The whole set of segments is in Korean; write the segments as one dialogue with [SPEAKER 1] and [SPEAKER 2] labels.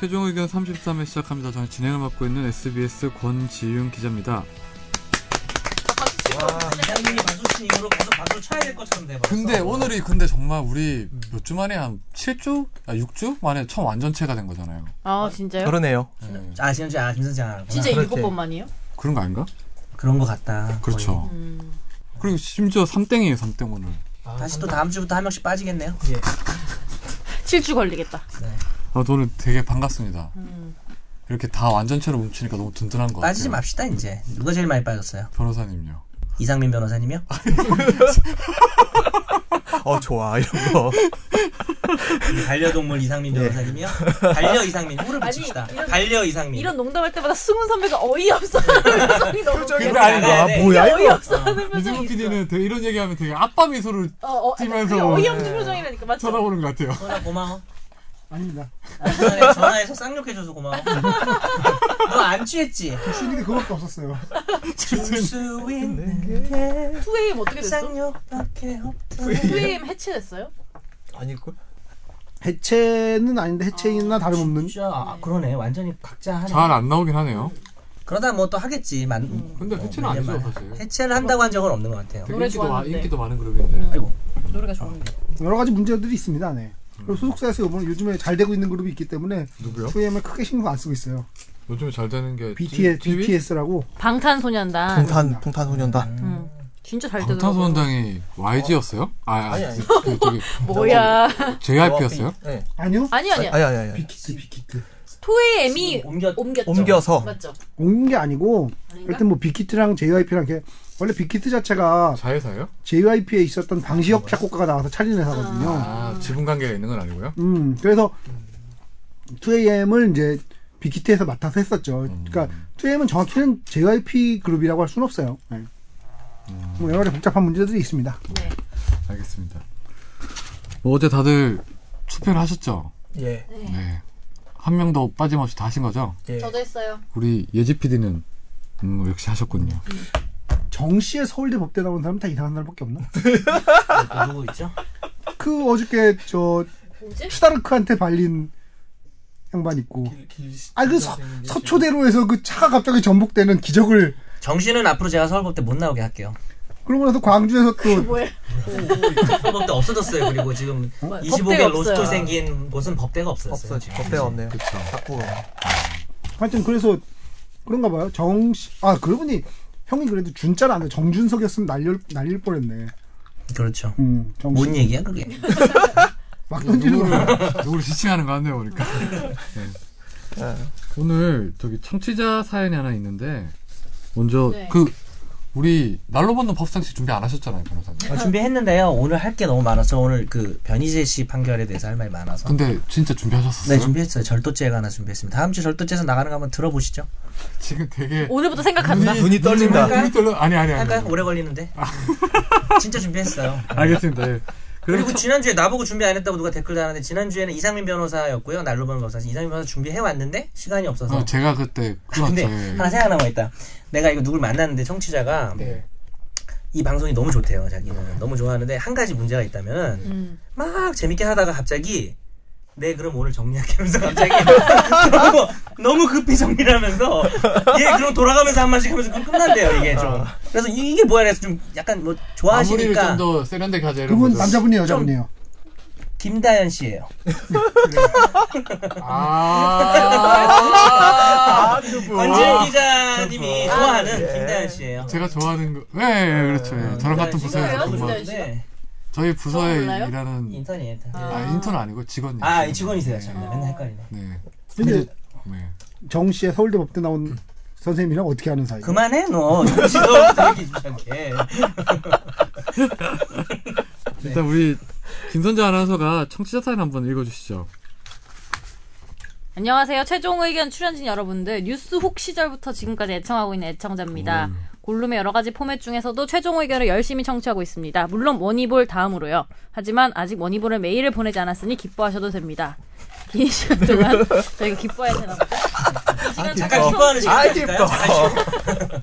[SPEAKER 1] 최종 의견 33회 시작합니다. 저는 진행을 맡고 있는 SBS 권지윤 기자입니다.
[SPEAKER 2] 와, 이장님이 반수 치는 이후로 계속 반수 쳐야 될 것처럼 돼버렸어.
[SPEAKER 1] 근데 오늘이 근데 정말 우리 몇 주 만에 한 7주? 아 6주? 만에 처음 완전체가 된 거잖아요.
[SPEAKER 3] 아 진짜요?
[SPEAKER 4] 그러네요.
[SPEAKER 2] 아, 지금 아, 김선재 아,
[SPEAKER 3] 진짜
[SPEAKER 4] 그렇지.
[SPEAKER 3] 일곱 번만이요?
[SPEAKER 1] 그런 거 아닌가?
[SPEAKER 2] 그런 것 같다.
[SPEAKER 1] 그렇죠.
[SPEAKER 3] 음.
[SPEAKER 1] 그리고 심지어 3땡이에요 3땡 오늘.
[SPEAKER 2] 거의. 다시 또 다음 주부터 한 명씩 빠지겠네요.
[SPEAKER 1] 그렇죠.
[SPEAKER 3] 칠주 걸리겠다.
[SPEAKER 1] 아 저는 되게 반갑습니다.
[SPEAKER 3] 음.
[SPEAKER 1] 이렇게 다 완전체로 뭉치니까 너무 든든한 것 같아요.
[SPEAKER 2] 빠지지 맙시다 이제. 누가 제일 많이 빠졌어요?
[SPEAKER 1] 변호사님요.
[SPEAKER 2] 이상민 변호사님이요?
[SPEAKER 1] 아,
[SPEAKER 4] 어 좋아 이런 거.
[SPEAKER 2] 반려동물 이상민
[SPEAKER 1] 네.
[SPEAKER 2] 변호사님이요? 반려 이상민 호를
[SPEAKER 3] 아니,
[SPEAKER 2] 붙입시다.
[SPEAKER 3] 이런-
[SPEAKER 2] 반려 이상민.
[SPEAKER 3] 이런 농담할 때마다 승훈 선배가 어이없어 하는 표정이 너무
[SPEAKER 2] 그게
[SPEAKER 3] 웃겨.
[SPEAKER 2] 아니고, 아,
[SPEAKER 4] 뭐야, 이거.
[SPEAKER 3] 어이없어 하는 표정이
[SPEAKER 1] 이승훈
[SPEAKER 3] 있어.
[SPEAKER 1] PD는 되게 이런 얘기하면 되게 아빠 미소를
[SPEAKER 3] 어, 어, 아니,
[SPEAKER 1] 뛰면서
[SPEAKER 3] 그게 어이없는 표정이라니까 맞죠?
[SPEAKER 1] 쳐다보는 것 같아요.
[SPEAKER 2] 전화 고마워.
[SPEAKER 5] 아닙니다.
[SPEAKER 2] 전화해, 전화해서 쌍욕해줘서 고마워. 너 안 취했지?
[SPEAKER 5] 취미도 그것도 없었어요.
[SPEAKER 2] 줄수 있는 게
[SPEAKER 3] 2AM 어떻게 됐어?
[SPEAKER 2] 쌍욕밖에 없던
[SPEAKER 3] 2AM 해체됐어요?
[SPEAKER 4] 아니 그
[SPEAKER 5] 해체는 아닌데 해체나 다름없는.
[SPEAKER 2] 진짜 아, 그러네 완전히 각자 하는
[SPEAKER 1] 잘 안 나오긴 하네요.
[SPEAKER 2] 그러다 뭐 또 하겠지. 만,
[SPEAKER 1] 음. 근데 해체는
[SPEAKER 2] 어,
[SPEAKER 1] 아니죠,
[SPEAKER 2] 맨날.
[SPEAKER 1] 사실. 그-
[SPEAKER 2] 해체를 한다고 한 적은 없는 것 같아요. 어.
[SPEAKER 1] 되게
[SPEAKER 3] 노래
[SPEAKER 1] 인기도, 많-
[SPEAKER 3] 좋아하는데.
[SPEAKER 1] 인기도 많은 그룹인데.
[SPEAKER 2] 아이고.
[SPEAKER 3] 노래가 좋은데.
[SPEAKER 5] 여러 가지 문제들이 있습니다. 네. 그리고 소속사에서 요번 요즘에 잘 되고 있는 그룹이 있기 때문에
[SPEAKER 1] 누구요?
[SPEAKER 5] 2M을 크게 신경 안 쓰고 있어요.
[SPEAKER 1] 요즘에 잘 되는 게
[SPEAKER 5] BTS,
[SPEAKER 1] TV?
[SPEAKER 5] BTS라고
[SPEAKER 3] 방탄소년단.
[SPEAKER 4] 방탄 방탄소년단.
[SPEAKER 3] 음. 진짜 잘 되더라고요.
[SPEAKER 1] 방탄소년단이 YG였어요? 아, 아
[SPEAKER 4] 아니, 아니.
[SPEAKER 1] 그 저기
[SPEAKER 3] 뭐야.
[SPEAKER 1] JYP였어요?
[SPEAKER 4] 네.
[SPEAKER 5] 아니요?
[SPEAKER 3] 아니
[SPEAKER 4] 아니
[SPEAKER 3] 아니야.
[SPEAKER 4] 아니 아니.
[SPEAKER 5] 빅히트, 빅히트.
[SPEAKER 3] 2AM이
[SPEAKER 2] 옮겨
[SPEAKER 3] 옮겼죠.
[SPEAKER 4] 옮겨서
[SPEAKER 3] 맞죠?
[SPEAKER 5] 온 게 아니고
[SPEAKER 3] 아닌가?
[SPEAKER 5] 일단 뭐 빅히트랑 JYP랑 이렇게 원래 빅히트 자체가
[SPEAKER 1] 자회사예요?
[SPEAKER 5] JYP에 있었던 방시혁 작곡가가 나와서 차린 회사거든요.
[SPEAKER 1] 아, 지분 관계가 있는 건 아니고요?
[SPEAKER 5] 음, 그래서 2AM을 이제 빅히트에서 맡아서 했었죠. 그러니까 2AM은 정확히는 JYP 그룹이라고 할 수는 없어요. 네. 뭐 여러 가지 복잡한 문제들이 있습니다.
[SPEAKER 3] 네.
[SPEAKER 1] 알겠습니다. 뭐 어제 다들 투표를 하셨죠?
[SPEAKER 4] 예.
[SPEAKER 1] 네. 한 명 더 빠짐없이 다 하신 거죠?
[SPEAKER 4] 예.
[SPEAKER 3] 저도 했어요.
[SPEAKER 1] 우리 예지 PD는 음, 역시 하셨군요.
[SPEAKER 5] 정시에 서울대 법대 나온 사람 다 이상한 사람밖에 없나?
[SPEAKER 2] 누구 있죠?
[SPEAKER 5] 그 어저께 저
[SPEAKER 3] 뭐지?
[SPEAKER 5] 슈타르크한테 발린 양반 있고 아 그 서초대로에서 그 차가 갑자기 전복되는 기적을
[SPEAKER 2] 정신은 앞으로 제가 서울법대 못 나오게 할게요.
[SPEAKER 5] 그러고 나서 광주에서 또
[SPEAKER 3] 뭐야?
[SPEAKER 2] 서울법대 없어졌어요. 그리고 지금
[SPEAKER 3] 법대가
[SPEAKER 2] 25개 로스터
[SPEAKER 3] 없어요.
[SPEAKER 2] 생긴 곳은 법대가 없어졌어요.
[SPEAKER 4] 없어 지금 법대가 없네요. 바꾸고.
[SPEAKER 5] 하여튼 그래서 그런가 봐요 정시 아 그러고 보니 형이 그래도 준자는 안돼 정준석이었으면 날릴 날릴 뻔했네
[SPEAKER 2] 그렇죠.
[SPEAKER 5] 음, 정신.
[SPEAKER 2] 뭔 얘기야 그게?
[SPEAKER 5] 막 던지는 거.
[SPEAKER 1] 누구를 지칭하는 거 같네요, 보니까. 네. 오늘 저기 청취자 사연이 하나 있는데, 먼저
[SPEAKER 3] 네.
[SPEAKER 1] 그, 우리 날로 받는 법상식 준비 안 하셨잖아요, 변호사님.
[SPEAKER 2] 어, 준비했는데요. 오늘 할 게 너무 많아서 오늘 그 변희재 씨 판결에 대해서 할 말이 많아서.
[SPEAKER 1] 근데 진짜 준비하셨었어요?
[SPEAKER 2] 네 준비했어요. 절도죄가 하나 준비했습니다. 다음 주 절도죄에서 나가는 거 한번 들어보시죠.
[SPEAKER 1] 지금 되게
[SPEAKER 3] 오늘부터 생각한다.
[SPEAKER 4] 눈이 떨린다.
[SPEAKER 2] 할까요?
[SPEAKER 1] 눈이 떨려. 아니 아니 아니.
[SPEAKER 2] 할까요?
[SPEAKER 1] 아니.
[SPEAKER 2] 오래 걸리는데. 진짜 준비했어요.
[SPEAKER 1] 알겠습니다. 예.
[SPEAKER 2] 그리고 지난주에 나보고 준비 안 했다고 누가 댓글 달았는데 지난주에는 이상민 변호사였고요. 날로 보는 법사신 이상민 변호사 준비해 왔는데 시간이 없어서. 아,
[SPEAKER 1] 어, 제가 그때 끊었죠.
[SPEAKER 2] 근데 뭐
[SPEAKER 1] 예.
[SPEAKER 2] 하나 생각나고 있다. 내가 이거 누굴 만났는데 청취자가
[SPEAKER 1] 네.
[SPEAKER 2] 이 방송이 너무 좋대요. 자기는 너무 좋아하는데 한 가지 문제가 있다면
[SPEAKER 3] 음.
[SPEAKER 2] 막 재밌게 하다가 갑자기 네 그럼 오늘 정리하면서 갑자기 너무 너무 급히 정리를 하면서 예 그럼 돌아가면서 한 마씩 하면서 그럼 끝난대요 이게 좀 그래서 이- 이게 뭐야 그래서 좀 약간 뭐
[SPEAKER 1] 마무리를
[SPEAKER 2] 좋아하시니까
[SPEAKER 1] 아. 좀 더 세련되게 하자 이런
[SPEAKER 5] 그분
[SPEAKER 1] 거죠.
[SPEAKER 5] 남자분이에요, 여자분이에요.
[SPEAKER 2] 김다현 씨예요
[SPEAKER 1] 아.
[SPEAKER 2] 권지현 기자님이
[SPEAKER 4] 아,
[SPEAKER 2] 좋아하는 네.
[SPEAKER 4] 예.
[SPEAKER 2] 김다현 씨예요
[SPEAKER 1] 제가 좋아하는 거. 예, 예, 그렇죠. 예. 저랑
[SPEAKER 2] 아,
[SPEAKER 1] 같은 부서에서
[SPEAKER 3] 네, 진짜요?
[SPEAKER 1] 근무.
[SPEAKER 3] 진짜요? 진짜.
[SPEAKER 2] 네
[SPEAKER 1] 저희 부서에
[SPEAKER 3] 어, 몰라요?
[SPEAKER 1] 일하는
[SPEAKER 2] 인턴이에요 인턴 아,
[SPEAKER 1] 아, 인턴 아니고 직원이요.
[SPEAKER 2] 이 직원이세요 참 맨날 헷갈리네
[SPEAKER 1] 네.
[SPEAKER 5] 근데
[SPEAKER 1] 네.
[SPEAKER 5] 정시에 서울대 법대 나온 선생님이랑 어떻게 아는 사이?
[SPEAKER 2] 그만해 너 정신없어 얘기 주작해
[SPEAKER 1] 일단 우리 김선재 아나운서가 청취자 사연 한번 읽어 주시죠.
[SPEAKER 3] 안녕하세요. 최종 의견 출연진 여러분들. 뉴스 혹 시절부터 지금까지 애청하고 있는 애청자입니다.
[SPEAKER 2] 음.
[SPEAKER 3] 골룸의 여러 가지 포맷 중에서도 최종 의견을 열심히 청취하고 있습니다. 물론 원이볼 다음으로요. 하지만 아직 원이볼에 메일을 보내지 않았으니 기뻐하셔도 됩니다. 긴 시간 동안 저희가 기뻐해야 되나 보죠? 시간
[SPEAKER 2] 잠깐
[SPEAKER 3] 동안
[SPEAKER 2] 어. 기뻐하는 시간
[SPEAKER 4] 아
[SPEAKER 2] 가질까요?
[SPEAKER 4] 기뻐.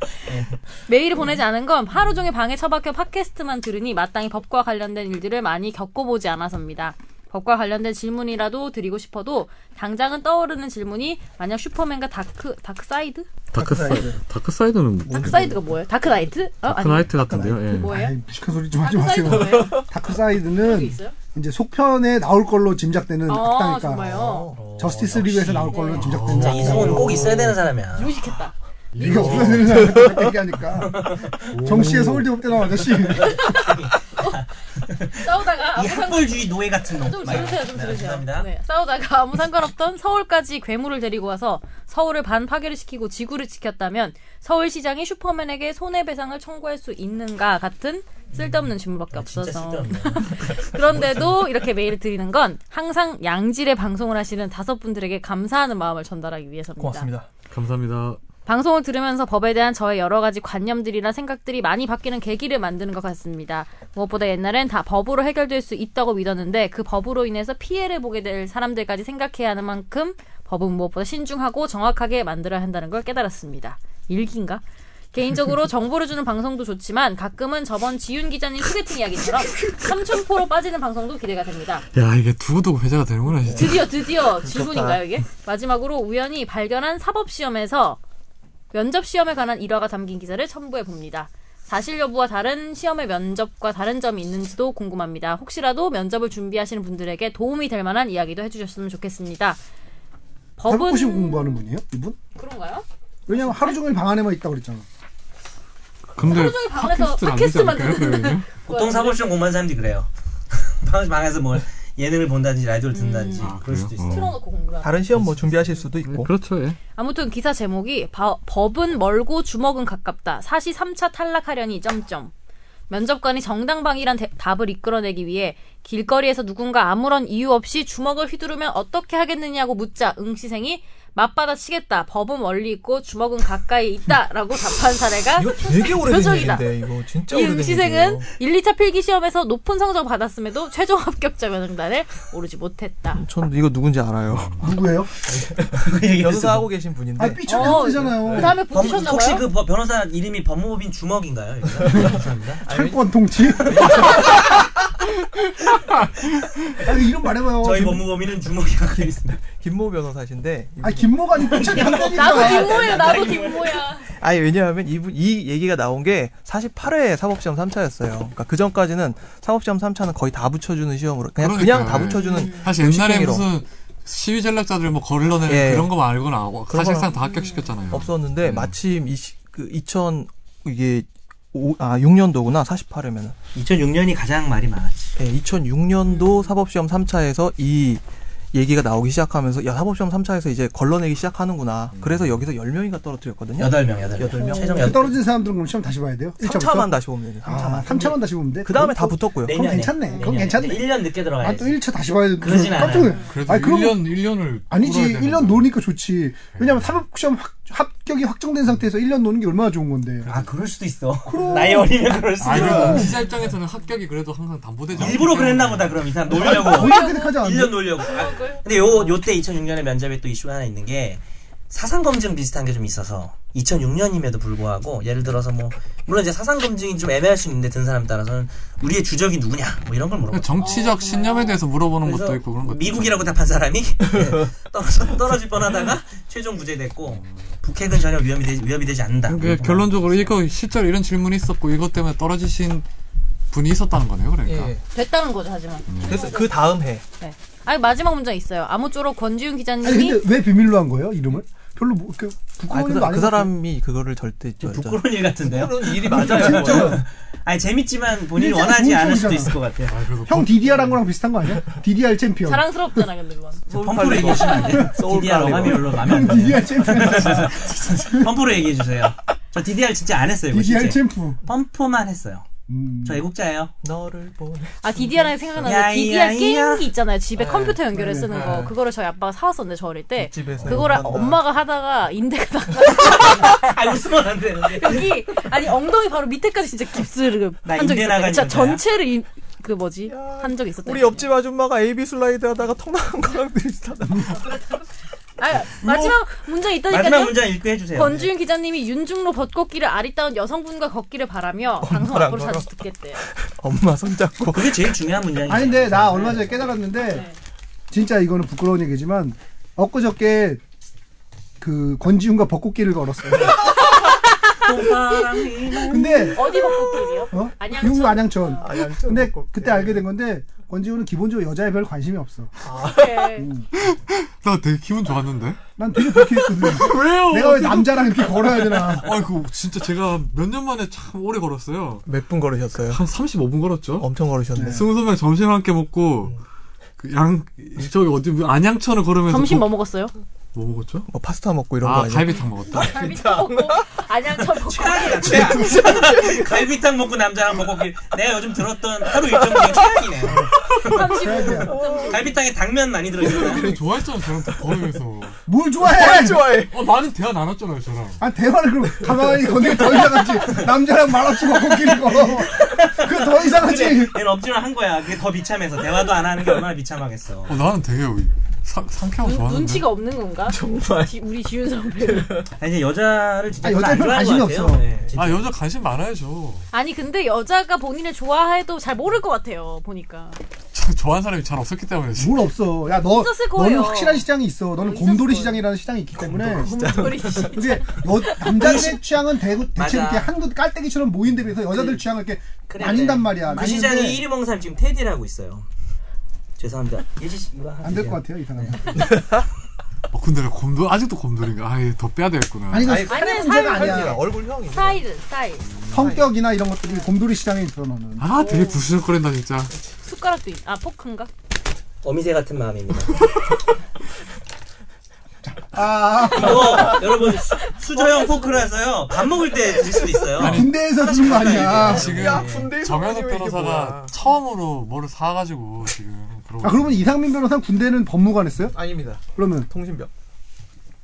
[SPEAKER 3] 메일을 보내지 않은 건 하루 종일 방에 처박혀 팟캐스트만 들으니 마땅히 법과 관련된 일들을 많이 겪어보지 않아서입니다. 법과 관련된 질문이라도 드리고 싶어도 당장은 떠오르는 질문이 만약 슈퍼맨과 다크 다크사이드?
[SPEAKER 1] 다크사이드. 다크사이드는 뭐-
[SPEAKER 3] 다크사이드가 뭐예요? 다크나이트? 어? 아니
[SPEAKER 1] 다크나이트 같은데요. 예.
[SPEAKER 3] 뭐예요?
[SPEAKER 5] 아이, 무식한 소리 좀 하지
[SPEAKER 3] 다크사이드
[SPEAKER 5] 마세요.
[SPEAKER 3] 뭐예요?
[SPEAKER 5] 다크사이드는
[SPEAKER 3] 여기 있어요?
[SPEAKER 5] 이제 속편에 나올 걸로 짐작되는
[SPEAKER 3] 아
[SPEAKER 5] 악당이니까 어,
[SPEAKER 3] 정말요?
[SPEAKER 5] 저스티스 리그에서 나올 걸로 짐작되는
[SPEAKER 2] 진짜
[SPEAKER 5] 악당.
[SPEAKER 2] 이승훈 꼭 있어야 되는 사람이야.
[SPEAKER 3] 무식했다.
[SPEAKER 5] 이게 없어지는 사람한테 얘기하니까 정씨의 서울대 법대 나온 아저씨
[SPEAKER 3] 싸우다가
[SPEAKER 2] 이
[SPEAKER 3] 아무 상관
[SPEAKER 2] 학벌주의 노예 같은 놈.
[SPEAKER 3] 좀 들으세요, 좀
[SPEAKER 2] 네,
[SPEAKER 3] 들으세요.
[SPEAKER 2] 죄송합니다.
[SPEAKER 3] 네, 싸우다가 아무 상관없던 서울까지 괴물을 데리고 와서 서울을 반 파괴를 시키고 지구를 지켰다면 서울시장이 슈퍼맨에게 손해배상을 청구할 수 있는가 같은 쓸데없는 질문밖에
[SPEAKER 2] 음. 아, 진짜
[SPEAKER 3] 없어서
[SPEAKER 2] 쓸데없네.
[SPEAKER 3] 그런데도 이렇게 메일을 드리는 건 항상 양질의 방송을 하시는 다섯 분들에게 감사하는 마음을 전달하기 위해서입니다.
[SPEAKER 4] 고맙습니다.
[SPEAKER 1] 감사합니다.
[SPEAKER 3] 방송을 들으면서 법에 대한 저의 여러 가지 관념들이나 생각들이 많이 바뀌는 계기를 만드는 것 같습니다. 무엇보다 옛날엔 다 법으로 해결될 수 있다고 믿었는데 그 법으로 인해서 피해를 보게 될 사람들까지 생각해야 하는 만큼 법은 무엇보다 신중하고 정확하게 만들어야 한다는 걸 깨달았습니다. 일기인가? 개인적으로 정보를 주는 방송도 좋지만 가끔은 저번 지윤 기자님 소개팅 이야기처럼 삼천포로 빠지는 방송도 기대가 됩니다.
[SPEAKER 1] 야 이게 두고두고 회자가 되는구나 진짜.
[SPEAKER 3] 드디어 드디어 질문인가요 이게? 마지막으로 우연히 발견한 사법 시험에서 면접 시험에 관한 일화가 담긴 기사를 첨부해 봅니다. 사실 여부와 다른 시험의 면접과 다른 점이 있는지도 궁금합니다. 혹시라도 면접을 준비하시는 분들에게 도움이 될 만한 이야기도 해주셨으면 좋겠습니다. 법은
[SPEAKER 5] 사법고시 공부하는 분이에요? 이분?
[SPEAKER 3] 그런가요?
[SPEAKER 5] 왜냐면 하루 종일 방 안에만 있다고 그랬잖아
[SPEAKER 1] 근데
[SPEAKER 3] 하루 종일 방에서
[SPEAKER 1] 팟캐스트를 안 되지
[SPEAKER 3] 팟캐스트만
[SPEAKER 1] 않을까요? 그러면요?
[SPEAKER 2] 보통 사법시험 공부하는 사람들이 그래요. 방- 방에서 뭐 예능을 본다든지 라디오를 듣는다든지 아, 그럴 수도 있어요.
[SPEAKER 3] 틀어놓고 공부를 하는.
[SPEAKER 4] 다른 시험 뭐 준비하실 수도
[SPEAKER 1] 네,
[SPEAKER 4] 있고.
[SPEAKER 1] 그렇죠. 예.
[SPEAKER 3] 아무튼 기사 제목이 바- 법은 멀고 주먹은 가깝다. 사시 3차 탈락하려니 점점. 면접관이 정당방위란 대- 답을 이끌어내기 위해 길거리에서 누군가 아무런 이유 없이 주먹을 휘두르면 어떻게 하겠느냐고 묻자 응시생이 맞받아치겠다. 법은 멀리 있고 주먹은 가까이 있다라고 답한 사례가
[SPEAKER 4] 이거 되게 오래된
[SPEAKER 3] 표정이다.
[SPEAKER 4] 얘기인데 이거 진짜
[SPEAKER 3] 이
[SPEAKER 4] 오래된
[SPEAKER 3] 응시생은
[SPEAKER 4] 얘기예요.
[SPEAKER 3] 1, 2차 필기 시험에서 높은 성적 을 받았음에도 최종 합격자 명단에 오르지 못했다.
[SPEAKER 4] 전 이거 누군지 알아요.
[SPEAKER 5] 누구예요?
[SPEAKER 4] 변호사 하고 계신 분인데.
[SPEAKER 5] 아 삐쳐나면
[SPEAKER 3] 어,
[SPEAKER 5] 되잖아요
[SPEAKER 3] 그 다음에
[SPEAKER 2] 법-
[SPEAKER 3] 붙으셨나
[SPEAKER 2] 혹시
[SPEAKER 3] 봐요.
[SPEAKER 2] 그 법- 변호사 이름이 법무법인 주먹인가요? 여기가? 죄송합니다.
[SPEAKER 5] 철권 통치 아니 이름 말해봐요
[SPEAKER 2] 저희 법무법인은 주먹이 가까이 있습니다.
[SPEAKER 4] 김모 변호사신데.
[SPEAKER 5] 아 김모가 아니고
[SPEAKER 2] 그 음.
[SPEAKER 3] 나도
[SPEAKER 5] 삐쳐나다니까
[SPEAKER 3] 뒷모야, 나도 뒷모야.
[SPEAKER 4] 아니 왜냐하면 이분 이 얘기가 나온 게 48회 사법시험 3차였어요. 그러니까 그 전까지는 사법시험 3차는 거의 다 붙여주는 시험으로 그냥 그냥
[SPEAKER 1] 그러니까요.
[SPEAKER 4] 다 붙여주는
[SPEAKER 1] 사실 옛날에
[SPEAKER 4] 음식행위로.
[SPEAKER 1] 무슨 시위 전략자들 뭐 거릴러내는
[SPEAKER 4] 예.
[SPEAKER 1] 그런 거 말고는 아- 사실상
[SPEAKER 4] 거는-
[SPEAKER 1] 다 합격시켰잖아요.
[SPEAKER 4] 없었는데
[SPEAKER 1] 음.
[SPEAKER 4] 마침 이, 시- 그 2000, 이게 오, 아 6년도구나 48회면은
[SPEAKER 2] 2006년이 가장 말이 많았지.
[SPEAKER 4] 예, 2006년도 사법시험 3차에서 이 얘기가 나오기 시작하면서 야 사법시험 3차에서 이제 걸러내기 시작하는구나. 그래서 여기서 10명이가 떨어뜨렸거든요.
[SPEAKER 2] 8명, 8명.
[SPEAKER 4] 음. 여덟 명.
[SPEAKER 2] 최종 8명.
[SPEAKER 5] 그 떨어진 사람들은 그럼 시험 다시 봐야 돼요?
[SPEAKER 4] 3차만 다시 보면 되죠. 3차만.
[SPEAKER 5] 아, 3차만 다시 보면 돼?
[SPEAKER 4] 그 다음에 다 붙었고요.
[SPEAKER 5] 그건 괜찮네. 그건 괜찮네.
[SPEAKER 2] 1년 늦게 들어가야지.
[SPEAKER 5] 아또 1차 다시 봐야 돼
[SPEAKER 2] 그러진 않아요.
[SPEAKER 1] 그래도
[SPEAKER 5] 아니, 그럼-
[SPEAKER 1] 1년 1년을
[SPEAKER 5] 아니지 1년 노니까
[SPEAKER 1] 네.
[SPEAKER 5] 좋지 왜냐면 사법시험 확- 합격이 확정된 상태에서 1년 노는 게 얼마나 좋은 건데
[SPEAKER 2] 아, 그럴 수도 있어.
[SPEAKER 5] 그럼.
[SPEAKER 2] 나이 어리면 그럴 수도 있어.
[SPEAKER 1] 아니 기자 입장에서는 합격이 그래도 항상 담보되지 않기
[SPEAKER 2] 일부러
[SPEAKER 1] 때문에.
[SPEAKER 2] 그랬나 보다, 그럼 이 사람 놀려고.
[SPEAKER 5] 아, 거기까지 하지 않았
[SPEAKER 2] 1년 놀려고. 아, 근데 요, 요때 2006년에 면접에 또 이슈가 하나 있는 게 사상검증 비슷한 게 좀 있어서 2006년임에도 불구하고 예를 들어서 뭐 물론 이제 사상검증이 좀 애매할 수 있는데 든 사람 따라서는 우리의 주적이 누구냐 뭐 이런 걸 물어봐.
[SPEAKER 1] 그러니까 정치적 신념에 대해서 물어보는
[SPEAKER 2] 그래서
[SPEAKER 1] 것도 있고 그런 것도
[SPEAKER 2] 미국이라고 답한 사람이 네. 떨어져, 떨어질 뻔하다가 최종 무죄됐고 북핵은 전혀 위험이 되지, 위협이 되지 않는다.
[SPEAKER 1] 그러니까 결론적으로 이거 실제로 이런 질문이 있었고 이것 때문에 떨어지신 분이 있었다는 거네요. 그러니까
[SPEAKER 4] 예.
[SPEAKER 3] 됐다는 거죠, 하지만.
[SPEAKER 4] 그래서 그 다음 해
[SPEAKER 3] 네. 아니 마지막 문장 있어요. 아무쪼록 권지윤 기자님이
[SPEAKER 5] 아니 근데 왜 비밀로 한 거예요 이름을? 별로 뭐, 그
[SPEAKER 4] 아니,
[SPEAKER 5] 부끄러운
[SPEAKER 4] 그,
[SPEAKER 5] 일도
[SPEAKER 4] 사-
[SPEAKER 5] 아니고
[SPEAKER 4] 그 사람이 그거를 절대
[SPEAKER 2] 부끄러운 일 같은데요.
[SPEAKER 4] 그런 일이 맞아요.
[SPEAKER 2] 아니 재밌지만 본인이
[SPEAKER 5] 일자가
[SPEAKER 2] 원하지
[SPEAKER 5] 좋은
[SPEAKER 2] 않을 수도
[SPEAKER 5] 소리잖아.
[SPEAKER 2] 있을 것 같아요.
[SPEAKER 5] 형 DDR한 거랑 비슷한 거 아니야? DDR 챔피언
[SPEAKER 3] 자랑스럽잖아, 근데 그건.
[SPEAKER 2] 펌프로 얘기해 주시면 안 돼요?
[SPEAKER 4] 서울
[SPEAKER 2] DDR
[SPEAKER 4] 칼리버.
[SPEAKER 2] 어감이 별로 마음에 안
[SPEAKER 5] 형
[SPEAKER 2] 드네요.
[SPEAKER 5] DDR 챔피언
[SPEAKER 2] 펌프로 얘기해 주세요. 저 DDR 진짜 안 했어요. 이거
[SPEAKER 5] DDR
[SPEAKER 2] 진짜.
[SPEAKER 5] 챔프
[SPEAKER 2] 펌프만 했어요.
[SPEAKER 5] 음.
[SPEAKER 2] 저 애국자예요.
[SPEAKER 4] 너를 보내.
[SPEAKER 3] 아 DDR이 생각나는데
[SPEAKER 2] 야, 야,
[SPEAKER 3] DDR
[SPEAKER 2] 야.
[SPEAKER 3] 게임기 있잖아요. 집에
[SPEAKER 4] 네.
[SPEAKER 3] 컴퓨터 연결해 쓰는 거.
[SPEAKER 4] 네.
[SPEAKER 3] 그거를 저희 아빠가 사왔었는데 저 어릴 때.
[SPEAKER 2] 음.
[SPEAKER 4] 집에서
[SPEAKER 3] 그거를
[SPEAKER 4] 연구한다.
[SPEAKER 3] 엄마가 하다가 인대가 나가
[SPEAKER 2] 아 웃으면 안 되는데.
[SPEAKER 3] 여기 아니 엉덩이 바로 밑에까지 진짜 깁스를
[SPEAKER 2] 나
[SPEAKER 3] 한
[SPEAKER 2] 인대
[SPEAKER 3] 적이 있었다.
[SPEAKER 2] 나간
[SPEAKER 3] 진짜
[SPEAKER 2] 여자야?
[SPEAKER 3] 전체를 인- 그 뭐지 한 적이 있었다.
[SPEAKER 4] 우리 옆집 아줌마가 AB 슬라이드 하다가 통 나간 거랑 비슷하다.
[SPEAKER 3] 아, 마지막 문장
[SPEAKER 2] 뭐? 마지막
[SPEAKER 3] 있다니까요.
[SPEAKER 2] 문장 읽고 해주세요.
[SPEAKER 3] 권지윤 기자님이 윤중로 벚꽃길을 아리따운 여성분과 걷기를 바라며 방송
[SPEAKER 4] 엄마랑
[SPEAKER 3] 앞으로
[SPEAKER 4] 걸어.
[SPEAKER 3] 자주 듣겠대요.
[SPEAKER 4] 엄마 손잡고
[SPEAKER 2] 그게 제일 중요한 문장이에요.
[SPEAKER 5] 아니 근데 나 얼마 전에 깨달았는데
[SPEAKER 3] 네.
[SPEAKER 5] 진짜 이거는 부끄러운 얘기지만 엊그저께 그 권지훈과 벚꽃길을 걸었어요. 근데
[SPEAKER 3] 어디 벚꽃길이요?
[SPEAKER 5] 어?
[SPEAKER 3] 안양천.
[SPEAKER 5] 중국
[SPEAKER 4] 아,
[SPEAKER 5] 안양천.
[SPEAKER 4] 양쪽
[SPEAKER 5] 근데
[SPEAKER 4] 먹고.
[SPEAKER 5] 그때 알게 된 건데 권지훈은 기본적으로 여자에 별 관심이 없어.
[SPEAKER 3] 네.
[SPEAKER 1] 나 되게 기분 좋았는데.
[SPEAKER 5] 난 되게 불쾌했거든.
[SPEAKER 1] 왜요?
[SPEAKER 5] 내가 왜 남자랑 이렇게 걸어야 되나?
[SPEAKER 1] 아, 그 진짜 제가 몇 년 만에 참 오래 걸었어요.
[SPEAKER 4] 몇분 걸으셨어요?
[SPEAKER 1] 한 35분 걸었죠.
[SPEAKER 4] 엄청 어, 걸으셨네.
[SPEAKER 1] 승우 선배랑 점심 함께 먹고 그 양 저기 어디 안양천을 걸으면서
[SPEAKER 3] 점심
[SPEAKER 1] 거-
[SPEAKER 3] 뭐 먹었어요?
[SPEAKER 1] 뭐 먹었죠?
[SPEAKER 4] 뭐 파스타 먹고 이런 거
[SPEAKER 1] 아
[SPEAKER 4] 아니에요?
[SPEAKER 1] 갈비탕 먹었다.
[SPEAKER 3] 갈비탕 먹고 안양천 벚꽃길.
[SPEAKER 2] 최악이다, 최악. 갈비탕 먹고 남자랑 먹고 길. 내가 요즘 들었던 하루 일정 중에 최악이네.
[SPEAKER 3] 35분.
[SPEAKER 2] 갈비탕에 당면 많이 들어있구나.
[SPEAKER 1] 되게 좋아했잖아 저랑 다 걸으면서.
[SPEAKER 5] 뭘 좋아해?
[SPEAKER 4] 좋아해.
[SPEAKER 1] 어 많은 대화 나눴잖아요 저랑.
[SPEAKER 5] 아 대화를 그럼 가만히 건드려 더 이상하지. 남자랑 말없이 벚꽃길을 걸어. 그 더
[SPEAKER 2] 그래,
[SPEAKER 5] 이상하지.
[SPEAKER 2] 얘는 억지로 한 거야. 그게 더 비참해서. 대화도 안 하는 게 얼마나 비참하겠어.
[SPEAKER 1] 어 나는 되게 상 상쾌하고
[SPEAKER 3] 눈,
[SPEAKER 1] 좋았는데.
[SPEAKER 3] 눈치가 없는 건가? 정말. 우리 지윤 선배.
[SPEAKER 2] 아니, 이제 여자를 진짜
[SPEAKER 5] 아,
[SPEAKER 2] 별로
[SPEAKER 5] 여자에
[SPEAKER 2] 안 좋아하는
[SPEAKER 5] 별로 관심이
[SPEAKER 2] 것 같아요.
[SPEAKER 5] 없어.
[SPEAKER 2] 네, 진짜.
[SPEAKER 1] 아 여자 관심 많아야죠.
[SPEAKER 3] 아니 근데 여자가 본인을 좋아해도 잘 모를 것 같아요. 보니까.
[SPEAKER 1] 저 좋아하는 사람이 잘 없었기 때문에. 지금.
[SPEAKER 5] 뭘 없어. 야 너
[SPEAKER 3] 있었을 거예요.
[SPEAKER 5] 너는 확실한 시장이 있어. 너는
[SPEAKER 3] 어,
[SPEAKER 5] 곰돌이
[SPEAKER 3] 있었을
[SPEAKER 5] 시장이라는 시장이 있기 때문에.
[SPEAKER 3] 곰돌이 씨.
[SPEAKER 5] 근데 여, 남자들의 취향은 대구,
[SPEAKER 2] 맞아.
[SPEAKER 5] 대체 이렇게 한국 깔때기처럼 모인 데 비해서 여자들
[SPEAKER 2] 그-
[SPEAKER 5] 취향은 이렇게
[SPEAKER 2] 그래,
[SPEAKER 5] 나뉜단
[SPEAKER 2] 그래.
[SPEAKER 5] 말이야.
[SPEAKER 2] 그 시장이 1위 먹는 사람 지금 테디라고 있어요. 죄송합니다. 예지 씨, 이거
[SPEAKER 5] 안될 것 같아요, 이 사람.
[SPEAKER 1] 어, 근데 나 곰돌 아직도 곰돌인가? 아더 빼야 되겠구나.
[SPEAKER 5] 아니, 이건
[SPEAKER 4] 아니,
[SPEAKER 5] 사람
[SPEAKER 3] 아니,
[SPEAKER 5] 문제가
[SPEAKER 3] 사람이
[SPEAKER 5] 아니야.
[SPEAKER 4] 얼굴형이.
[SPEAKER 3] 스타일은 스타일.
[SPEAKER 5] 성격이나 이런 것들이 곰돌이 시장에 드러나는.
[SPEAKER 1] 아 되게 부스럭거린다 진짜.
[SPEAKER 3] 숟가락도 있. 아 포크인가?
[SPEAKER 2] 어미새 같은 마음입니다.
[SPEAKER 5] 아,
[SPEAKER 2] 이거 여러분 수- 수저형 포크라서요. 밥 먹을 때 드실 수도 있어요.
[SPEAKER 5] 아, 군대에서 주는 거 아니야.
[SPEAKER 1] 지금
[SPEAKER 2] 네.
[SPEAKER 1] 정현석 변호사가 처음으로 뭐를 사가지고 지금 그러고
[SPEAKER 5] 아, 그러면 이상민 변호사 군대는 법무관 했어요?
[SPEAKER 4] 아닙니다.
[SPEAKER 5] 그러면,
[SPEAKER 4] 통신병.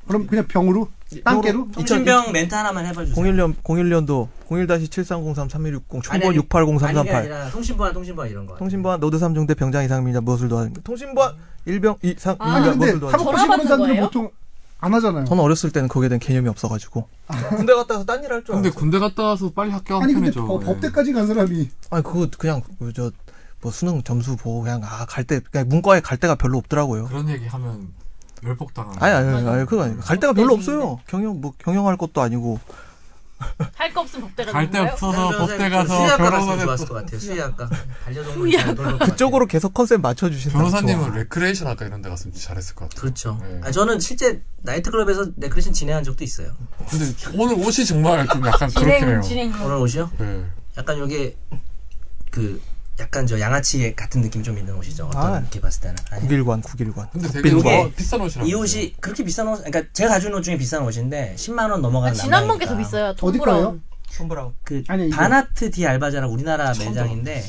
[SPEAKER 5] 그럼 그냥 병으로? 땅깨로?
[SPEAKER 2] 통신병 멘트 하나만 해봐주세요.
[SPEAKER 4] 01년 01년도 01-7303-3160
[SPEAKER 2] 아니,
[SPEAKER 4] 총번
[SPEAKER 2] 아니.
[SPEAKER 4] 680338
[SPEAKER 2] 아니 게 아니라 통신부와 통신부와 이런 거.
[SPEAKER 4] 통신보안 노드 3중대 병장 이상민자 무엇을 도와드립니까? 그 통신보안 일병 이상
[SPEAKER 3] 아,
[SPEAKER 5] 아니,
[SPEAKER 4] 일병
[SPEAKER 5] 근데
[SPEAKER 4] 무엇을 도와드립니까?
[SPEAKER 5] 사법고시 보는
[SPEAKER 3] 전화받는
[SPEAKER 5] 사람들은
[SPEAKER 3] 거예요?
[SPEAKER 5] 보통 안 하잖아요.
[SPEAKER 4] 저는 어렸을 때는 거기에 대한 개념이 없어가지고 군대 갔다 와서 딴 일 할 줄
[SPEAKER 1] 근데
[SPEAKER 4] 알았어요.
[SPEAKER 1] 군대 갔다 와서 빨리 학교하면
[SPEAKER 5] 아니, 근데
[SPEAKER 1] 편해져.
[SPEAKER 5] 법-
[SPEAKER 1] 예.
[SPEAKER 5] 법대까지 간 사람이.
[SPEAKER 4] 아니 그거 그냥 저 뭐 수능 점수 보고 그냥 아 갈 때 그냥 문과에 갈 데가 별로 없더라고요.
[SPEAKER 1] 그런 얘기 하면 열폭 당하는.
[SPEAKER 4] 아니 아니 아니, 아니 그거 아니에요. 갈 데가 별로 없어요. 경영 뭐 경영할 것도 아니고
[SPEAKER 3] 할 거 없으면 법대가
[SPEAKER 1] 갈 데
[SPEAKER 3] 되는 거예요?
[SPEAKER 1] 없어서 법대 가서
[SPEAKER 2] 수의학과 갔으면
[SPEAKER 1] 변호사님
[SPEAKER 2] 좋았을 것 같아요. 수의학과 반려동물
[SPEAKER 3] 수의학과.
[SPEAKER 2] 잘 돌볼 것
[SPEAKER 4] 그쪽으로 계속 컨셉 맞춰주시는
[SPEAKER 1] 변호사님은 레크레이션 아까 이런 데 갔으면 진짜 잘했을 것 같아요.
[SPEAKER 2] 그렇죠.
[SPEAKER 1] 네.
[SPEAKER 2] 아, 저는 실제 나이트클럽에서 레크레이션 진행한 적도 있어요.
[SPEAKER 1] 근데 오늘 옷이 정말 좀 약간 그렇긴 해요.
[SPEAKER 3] 진행 진행.
[SPEAKER 2] 오늘 옷이요?
[SPEAKER 1] 네.
[SPEAKER 2] 약간 요게 그 약간 저 양아치 같은 느낌 좀 있는 옷이죠. 어떤
[SPEAKER 4] 아.
[SPEAKER 2] 이렇게 봤을 때는. 아니,
[SPEAKER 4] 국일관 국일관
[SPEAKER 1] 근데 되게
[SPEAKER 4] 국빈관.
[SPEAKER 2] 이게-
[SPEAKER 1] 뭐 비싼 옷이라.
[SPEAKER 2] 이 옷이 그렇게 비싼 옷, 그러니까 제가 가진 옷 중에 비싼 옷인데 10만 원 넘어가는
[SPEAKER 3] 아, 지난번 게 더
[SPEAKER 2] 남방이니까.
[SPEAKER 3] 비싸요. 톰
[SPEAKER 5] 어디
[SPEAKER 3] 브라운.
[SPEAKER 5] 거예요?
[SPEAKER 4] 손보라고
[SPEAKER 2] 그
[SPEAKER 5] 아니, 이거.
[SPEAKER 2] 바나트 디 알바자라 우리나라 매장인데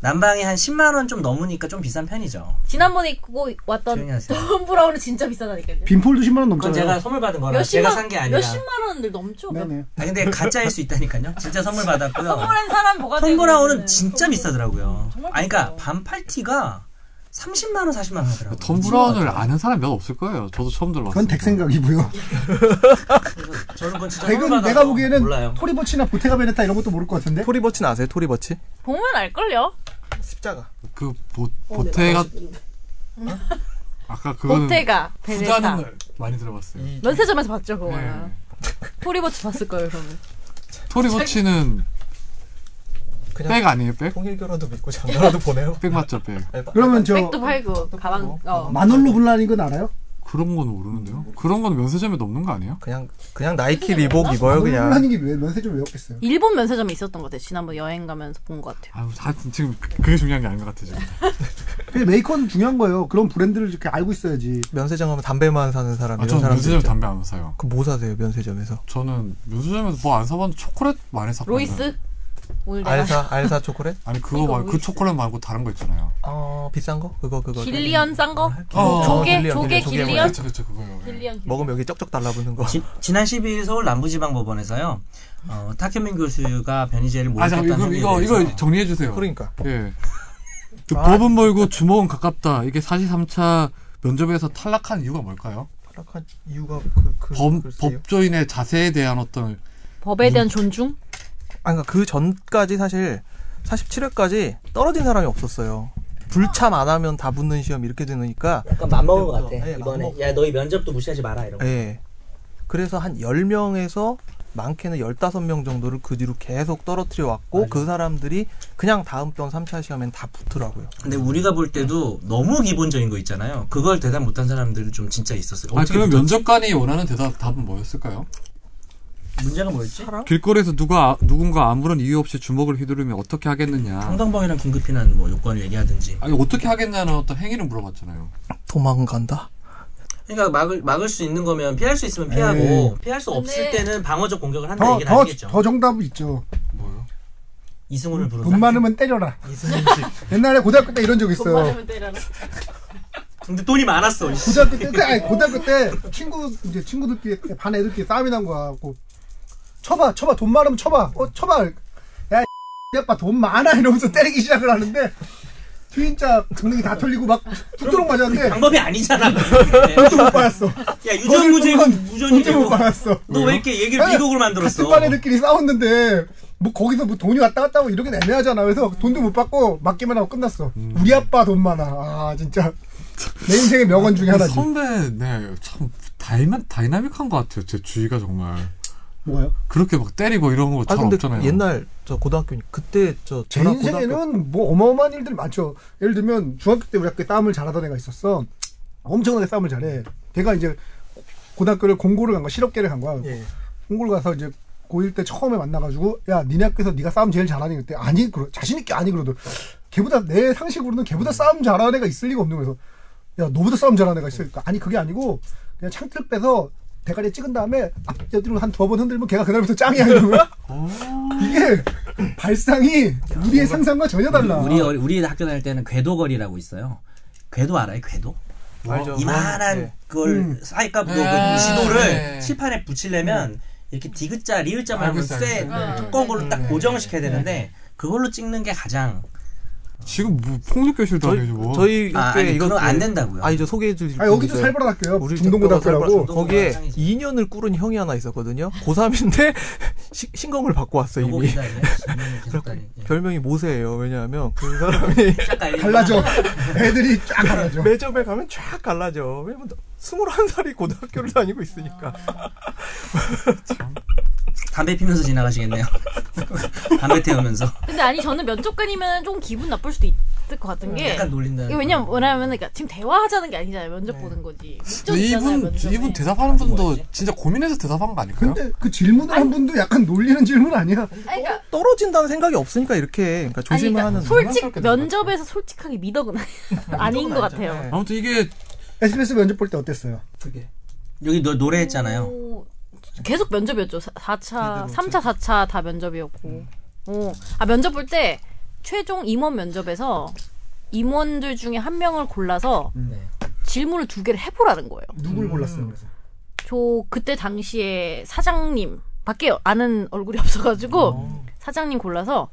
[SPEAKER 2] 남방이 한 10만 원 좀 넘으니까 좀 비싼 편이죠.
[SPEAKER 3] 지난번에 입고
[SPEAKER 2] 조용히
[SPEAKER 3] 왔던
[SPEAKER 2] 하세요.
[SPEAKER 3] 톰 브라운은 진짜 비싸다니까요.
[SPEAKER 5] 빈폴도 10만원
[SPEAKER 2] 그건
[SPEAKER 5] 넘잖아요.
[SPEAKER 2] 제가 선물 받은 거라 제가
[SPEAKER 3] 몇십만
[SPEAKER 2] 산 게 아니라.
[SPEAKER 3] 몇십만 원을 넘죠. 그러니까.
[SPEAKER 5] 네네.
[SPEAKER 2] 아 근데 가짜일 수 있다니까요. 진짜 선물 받았고요.
[SPEAKER 3] 선물한 사람 뭐가 되고
[SPEAKER 2] 톰브라운은
[SPEAKER 3] 있는데.
[SPEAKER 2] 진짜 비싸더라고요.
[SPEAKER 3] 정말
[SPEAKER 2] 아니
[SPEAKER 3] 비싸요.
[SPEAKER 2] 그러니까 반팔티가 30만 원, 40만 원 하더라고요.
[SPEAKER 1] 톰 브라운을 아는 사람 몇 없을 거예요. 저도 처음 들어봤어요.
[SPEAKER 5] 그건 댁 생각이고요.
[SPEAKER 2] 아, 그래서 저는 그건 진짜 선물
[SPEAKER 5] 댁은
[SPEAKER 2] 받아서
[SPEAKER 5] 내가 보기에는
[SPEAKER 2] 몰라요.
[SPEAKER 5] 토리버치나 보테가 베네타 이런 것도 모를 것 같은데.
[SPEAKER 4] 토리버치는 아세요 토리버치?
[SPEAKER 3] 보면 알걸요.
[SPEAKER 4] 십자가
[SPEAKER 1] 그 보, 보태가 어? 아까 그거는
[SPEAKER 3] 보테가 베네타.
[SPEAKER 1] 후자는 많이 들어봤어요.
[SPEAKER 3] 음, 면세점에서 봤죠 그거.
[SPEAKER 1] 네.
[SPEAKER 3] 는 토리버치 봤을 거예요 그러면.
[SPEAKER 1] 토리버치는
[SPEAKER 4] 그냥
[SPEAKER 1] 백 아니에요? 백?
[SPEAKER 4] 통일교라도 믿고 장가라도 보내요.
[SPEAKER 1] 백 맞죠? 백.
[SPEAKER 5] 그러면 저
[SPEAKER 3] 백도 팔고 가방. 어.
[SPEAKER 5] 마놀로 블라인 건 알아요?
[SPEAKER 1] 그런 건 모르는데요. 그런 건 면세점에도 없는 거 아니에요?
[SPEAKER 4] 그냥 그냥 나이키
[SPEAKER 1] 아,
[SPEAKER 4] 리복 입어요
[SPEAKER 5] 마놀로
[SPEAKER 4] 그냥.
[SPEAKER 5] 블라인이 왜 면세점 왜 없겠어요?
[SPEAKER 3] 일본 면세점에 있었던 것 같아요. 지난번 여행 가면서 본 것 같아요.
[SPEAKER 1] 아, 다 지금 그게 중요한 게 아닌 것 같아 지금.
[SPEAKER 5] 근데 메이커는 중요한 거예요. 그런 브랜드를 이렇게 알고 있어야지.
[SPEAKER 4] 면세점 하면 담배만 사는 사람
[SPEAKER 1] 아,
[SPEAKER 4] 이런
[SPEAKER 1] 저는
[SPEAKER 4] 사람들
[SPEAKER 1] 면세점
[SPEAKER 4] 있죠.
[SPEAKER 1] 담배 안 사요.
[SPEAKER 4] 그럼 뭐 사세요 면세점에서?
[SPEAKER 1] 저는 면세점에서 뭐 안 사봤는데 초콜릿 많이 샀거든요.
[SPEAKER 3] 로이스
[SPEAKER 1] 네.
[SPEAKER 3] 오늘 내가
[SPEAKER 4] 알사 알사 초콜릿?
[SPEAKER 1] 아니 그거
[SPEAKER 3] 이거
[SPEAKER 1] 말고 그
[SPEAKER 3] 로이스.
[SPEAKER 1] 초콜릿 말고 다른 거 있잖아요.
[SPEAKER 4] 어 비싼 거? 그거 그거.
[SPEAKER 3] 길리언 싼 거?
[SPEAKER 1] 어,
[SPEAKER 3] 조개, 조개 길리언?
[SPEAKER 1] 그쵸 그쵸 그거요. 예.
[SPEAKER 3] 길리언.
[SPEAKER 4] 먹으면 여기 쩍쩍 달라붙는 거.
[SPEAKER 2] 지, 지난 12일 서울 남부지방법원에서요. 어, 탁현민 교수가 변희재를
[SPEAKER 1] 아 잠깐
[SPEAKER 2] 모욕했다는
[SPEAKER 1] 이거
[SPEAKER 2] 혐의에
[SPEAKER 1] 이거
[SPEAKER 2] 대해서
[SPEAKER 1] 이거 정리해 주세요.
[SPEAKER 4] 그러니까.
[SPEAKER 1] 예. 아. 그 법은 멀고 주먹은 가깝다. 이게 43차 면접에서 탈락한 이유가 뭘까요?
[SPEAKER 4] 타락한 이유가 그, 그
[SPEAKER 1] 법,
[SPEAKER 4] 글쎄요.
[SPEAKER 1] 법조인의 자세에 대한 어떤
[SPEAKER 3] 법에 대한 존중?
[SPEAKER 4] 아니, 그러니까 그 전까지 사실 47회까지 떨어진 사람이 없었어요. 불참 안 하면 다 붙는 시험 이렇게 되니까
[SPEAKER 2] 약간 맘먹은 것 같아
[SPEAKER 4] 네,
[SPEAKER 2] 이번에
[SPEAKER 4] 맘먹-
[SPEAKER 2] 야 너희 면접도 무시하지 마라 이런 거
[SPEAKER 4] 예. 그래서 한 10명에서 많게는 15명 정도를 그 뒤로 계속 떨어뜨려 왔고 그 사람들이 그냥 다음 번 3차 시험엔 다 붙더라고요.
[SPEAKER 2] 근데 우리가 볼 때도 너무 기본적인 거 있잖아요 그걸 대답 못한 사람들은 좀 진짜 있었어요
[SPEAKER 1] 아
[SPEAKER 2] 어떻게
[SPEAKER 1] 그럼
[SPEAKER 2] 붙었지?
[SPEAKER 1] 면접관이 원하는 대답 답은 뭐였을까요?
[SPEAKER 2] 문제가 뭐였지?
[SPEAKER 1] 길거리에서 누가 아- 누군가 아무런 이유 없이 주먹을 휘두르면 어떻게 하겠느냐.
[SPEAKER 2] 황당방이랑 긴급피난 뭐 요건을 얘기하든지
[SPEAKER 1] 아니 어떻게 하겠냐는 어떤 행위를 물어봤잖아요.
[SPEAKER 4] 도망간다.
[SPEAKER 2] 그러니까 막을 막을 수 있는 거면 피할 수 있으면 피하고
[SPEAKER 5] 네.
[SPEAKER 2] 피할 수
[SPEAKER 3] 근데-
[SPEAKER 2] 없을 때는 방어적 공격을 한다
[SPEAKER 5] 더,
[SPEAKER 2] 얘기는
[SPEAKER 5] 더,
[SPEAKER 2] 하겠죠
[SPEAKER 5] 더 정답이 있죠.
[SPEAKER 1] 뭐요?
[SPEAKER 2] 이승훈을 부르다
[SPEAKER 5] 돈 많으면 때려라.
[SPEAKER 2] 이승훈
[SPEAKER 5] 옛날에 고등학교 때 이런 적 있어요.
[SPEAKER 2] 근데 돈이 많았어 이 씨.
[SPEAKER 5] 고등학교 때, 아니, 고등학교 때 친구 이제 친구들끼리 반 애들끼리 싸움이 난 거야. 갖고 쳐봐, 쳐봐, 돈 많으면 쳐봐. 어, 쳐봐. 야, 이 아빠 돈 많아 이러면서 때리기 시작을 하는데 뒤인자 등등이 다 털리고 막 툭도록 맞았는데
[SPEAKER 2] 방법이 아니잖아 네.
[SPEAKER 5] 그것도 못 받았어.
[SPEAKER 2] 야 유전무죄
[SPEAKER 5] 그건
[SPEAKER 2] 무전이
[SPEAKER 5] 그것도 못 받았어.
[SPEAKER 2] 너왜 이렇게 얘기를 미국으로 만들었어
[SPEAKER 5] 같은 반 애들끼리 싸웠는데 뭐 거기서 뭐 돈이 왔다 갔다 하고 이렇게 애매하잖아. 그래서 돈도 못 받고 맞기만 하고 끝났어. 우리 아빠 돈 많아. 아 진짜 내 인생의 명언 중에 하나지.
[SPEAKER 1] 선배, 네, 참 다이나, 다이나믹한 것 같아요. 제 주위가 정말
[SPEAKER 5] 뭐요?
[SPEAKER 1] 그렇게 막 때리고 이런 거
[SPEAKER 4] 아
[SPEAKER 1] 잘
[SPEAKER 4] 근데
[SPEAKER 1] 없잖아요.
[SPEAKER 4] 옛날 저 고등학교 그때 저
[SPEAKER 5] 제
[SPEAKER 4] 전학
[SPEAKER 5] 인생에는 뭐 어마어마한 일들이 많죠. 예를 들면 중학교 때 우리 학교에 싸움을 잘하던 애가 있었어. 엄청나게 싸움을 잘해. 걔가 이제 고등학교를 공고를 간 거야. 실업계를 간 거야.
[SPEAKER 4] 고등학교- 예.
[SPEAKER 5] 공고를 가서 이제 고1 때 처음에 만나가지고 야 니네 학교에서 네가 싸움 제일 잘하니 그때 아니 그러 자신 있게 아니 그러더 걔보다 내 상식으로는 걔보다 싸움 잘하는 애가 있을 리가 없는 거예요. 그래서 야 너보다 싸움 잘하는 애가 있으니까 아니 그게 아니고 그냥 창틀 빼서 대가리에 찍은 다음에 앞뒤로 한 두 번 흔들면 걔가 그날부터 짱이야 이러는 거야. 이게 발상이 우리의 상상과 전혀 달라.
[SPEAKER 2] 우리 어리- 우리 학교 다닐 때는 궤도거리라고 있어요. 궤도 알아요? 궤도?
[SPEAKER 4] 알죠.
[SPEAKER 2] 이만한
[SPEAKER 4] 예.
[SPEAKER 2] 그걸 사이값 그
[SPEAKER 1] 네.
[SPEAKER 2] 지도를
[SPEAKER 1] 네.
[SPEAKER 2] 칠판에 붙이려면 이렇게 디귿자, 리을자만
[SPEAKER 1] 알고
[SPEAKER 2] 하면
[SPEAKER 1] 있어요,
[SPEAKER 2] 쇠
[SPEAKER 1] 알고 있어요. 네.
[SPEAKER 2] 두꺼운 걸로 딱 고정을 시켜야 되는데 그걸로 찍는 게 가장
[SPEAKER 1] 지금 뭐 폭력 교실
[SPEAKER 4] 저희
[SPEAKER 1] 다니고.
[SPEAKER 4] 저희
[SPEAKER 2] 아,
[SPEAKER 4] 학교에
[SPEAKER 2] 아니,
[SPEAKER 4] 이거
[SPEAKER 2] 그건
[SPEAKER 4] 그-
[SPEAKER 2] 안 된다고요.
[SPEAKER 4] 아니 저 소개해 드릴
[SPEAKER 5] 아 여기도 살벌한 학교요. 중동고등학교라고.
[SPEAKER 4] 거기에
[SPEAKER 2] 중동고등학교.
[SPEAKER 4] 2년을 꾸른 형이 하나 있었거든요. 고3인데 신검을 받고
[SPEAKER 1] 그
[SPEAKER 4] 왔어
[SPEAKER 2] 요거
[SPEAKER 4] 이미.
[SPEAKER 2] 기다리네. 이거는 계속 다니- 예.
[SPEAKER 4] 별명이 모세예요. 왜냐하면 그 사람이
[SPEAKER 2] 쫙 깔리는구나.
[SPEAKER 5] 갈라져. 애들이 쫙 갈라져.
[SPEAKER 4] 매점에 가면 쫙 갈라져. 왜냐면 21살이 고등학교를 다니고 있으니까.
[SPEAKER 2] 담배 피면서 지나가시겠네요. 담배 태우면서
[SPEAKER 3] 근데 아니 저는 면접관이면 좀 기분 나쁠 수도 있을 것 같은 게
[SPEAKER 2] 약간 놀린다.
[SPEAKER 3] 이게 왜냐면 뭐냐면 그러니까 지금 대화하자는 게 아니잖아요. 면접 보는 거지. 목적
[SPEAKER 1] 근데
[SPEAKER 3] 있잖아요.
[SPEAKER 1] 이분
[SPEAKER 3] 면접에.
[SPEAKER 1] 이분 대답하는 분도
[SPEAKER 2] 뭐였지?
[SPEAKER 1] 진짜 고민해서 대답한 거 아닐까요?
[SPEAKER 5] 근데 그 질문을 한 분도 약간 놀리는 질문 아니야?
[SPEAKER 3] 아니, 그러니까
[SPEAKER 4] 떨어진다는 생각이 없으니까 이렇게 그러니까
[SPEAKER 3] 아니,
[SPEAKER 4] 조심을
[SPEAKER 3] 그러니까
[SPEAKER 4] 하는
[SPEAKER 1] 장난스럽게
[SPEAKER 3] 솔직
[SPEAKER 1] 나갔다.
[SPEAKER 3] 면접에서 솔직하게 미덕은 아닌 것
[SPEAKER 4] 네.
[SPEAKER 3] 같아요.
[SPEAKER 4] 어.
[SPEAKER 1] 아무튼 이게
[SPEAKER 5] SBS 면접 볼 때 어땠어요?
[SPEAKER 4] 그게.
[SPEAKER 2] 여기 너 노래했잖아요.
[SPEAKER 3] 오, 어, 계속 면접이었죠. 4차, 3차, 4차 다 면접이었고. 오. 아, 면접 볼 때 최종 임원 면접에서 임원들 중에 한 명을 골라서
[SPEAKER 2] 네.
[SPEAKER 3] 질문을 두 개를 해보라는 거예요.
[SPEAKER 2] 음.
[SPEAKER 5] 누굴 골랐어요? 그래서?
[SPEAKER 3] 저 그때 당시에 사장님 밖에 아는 얼굴이 없어가지고 사장님 골라서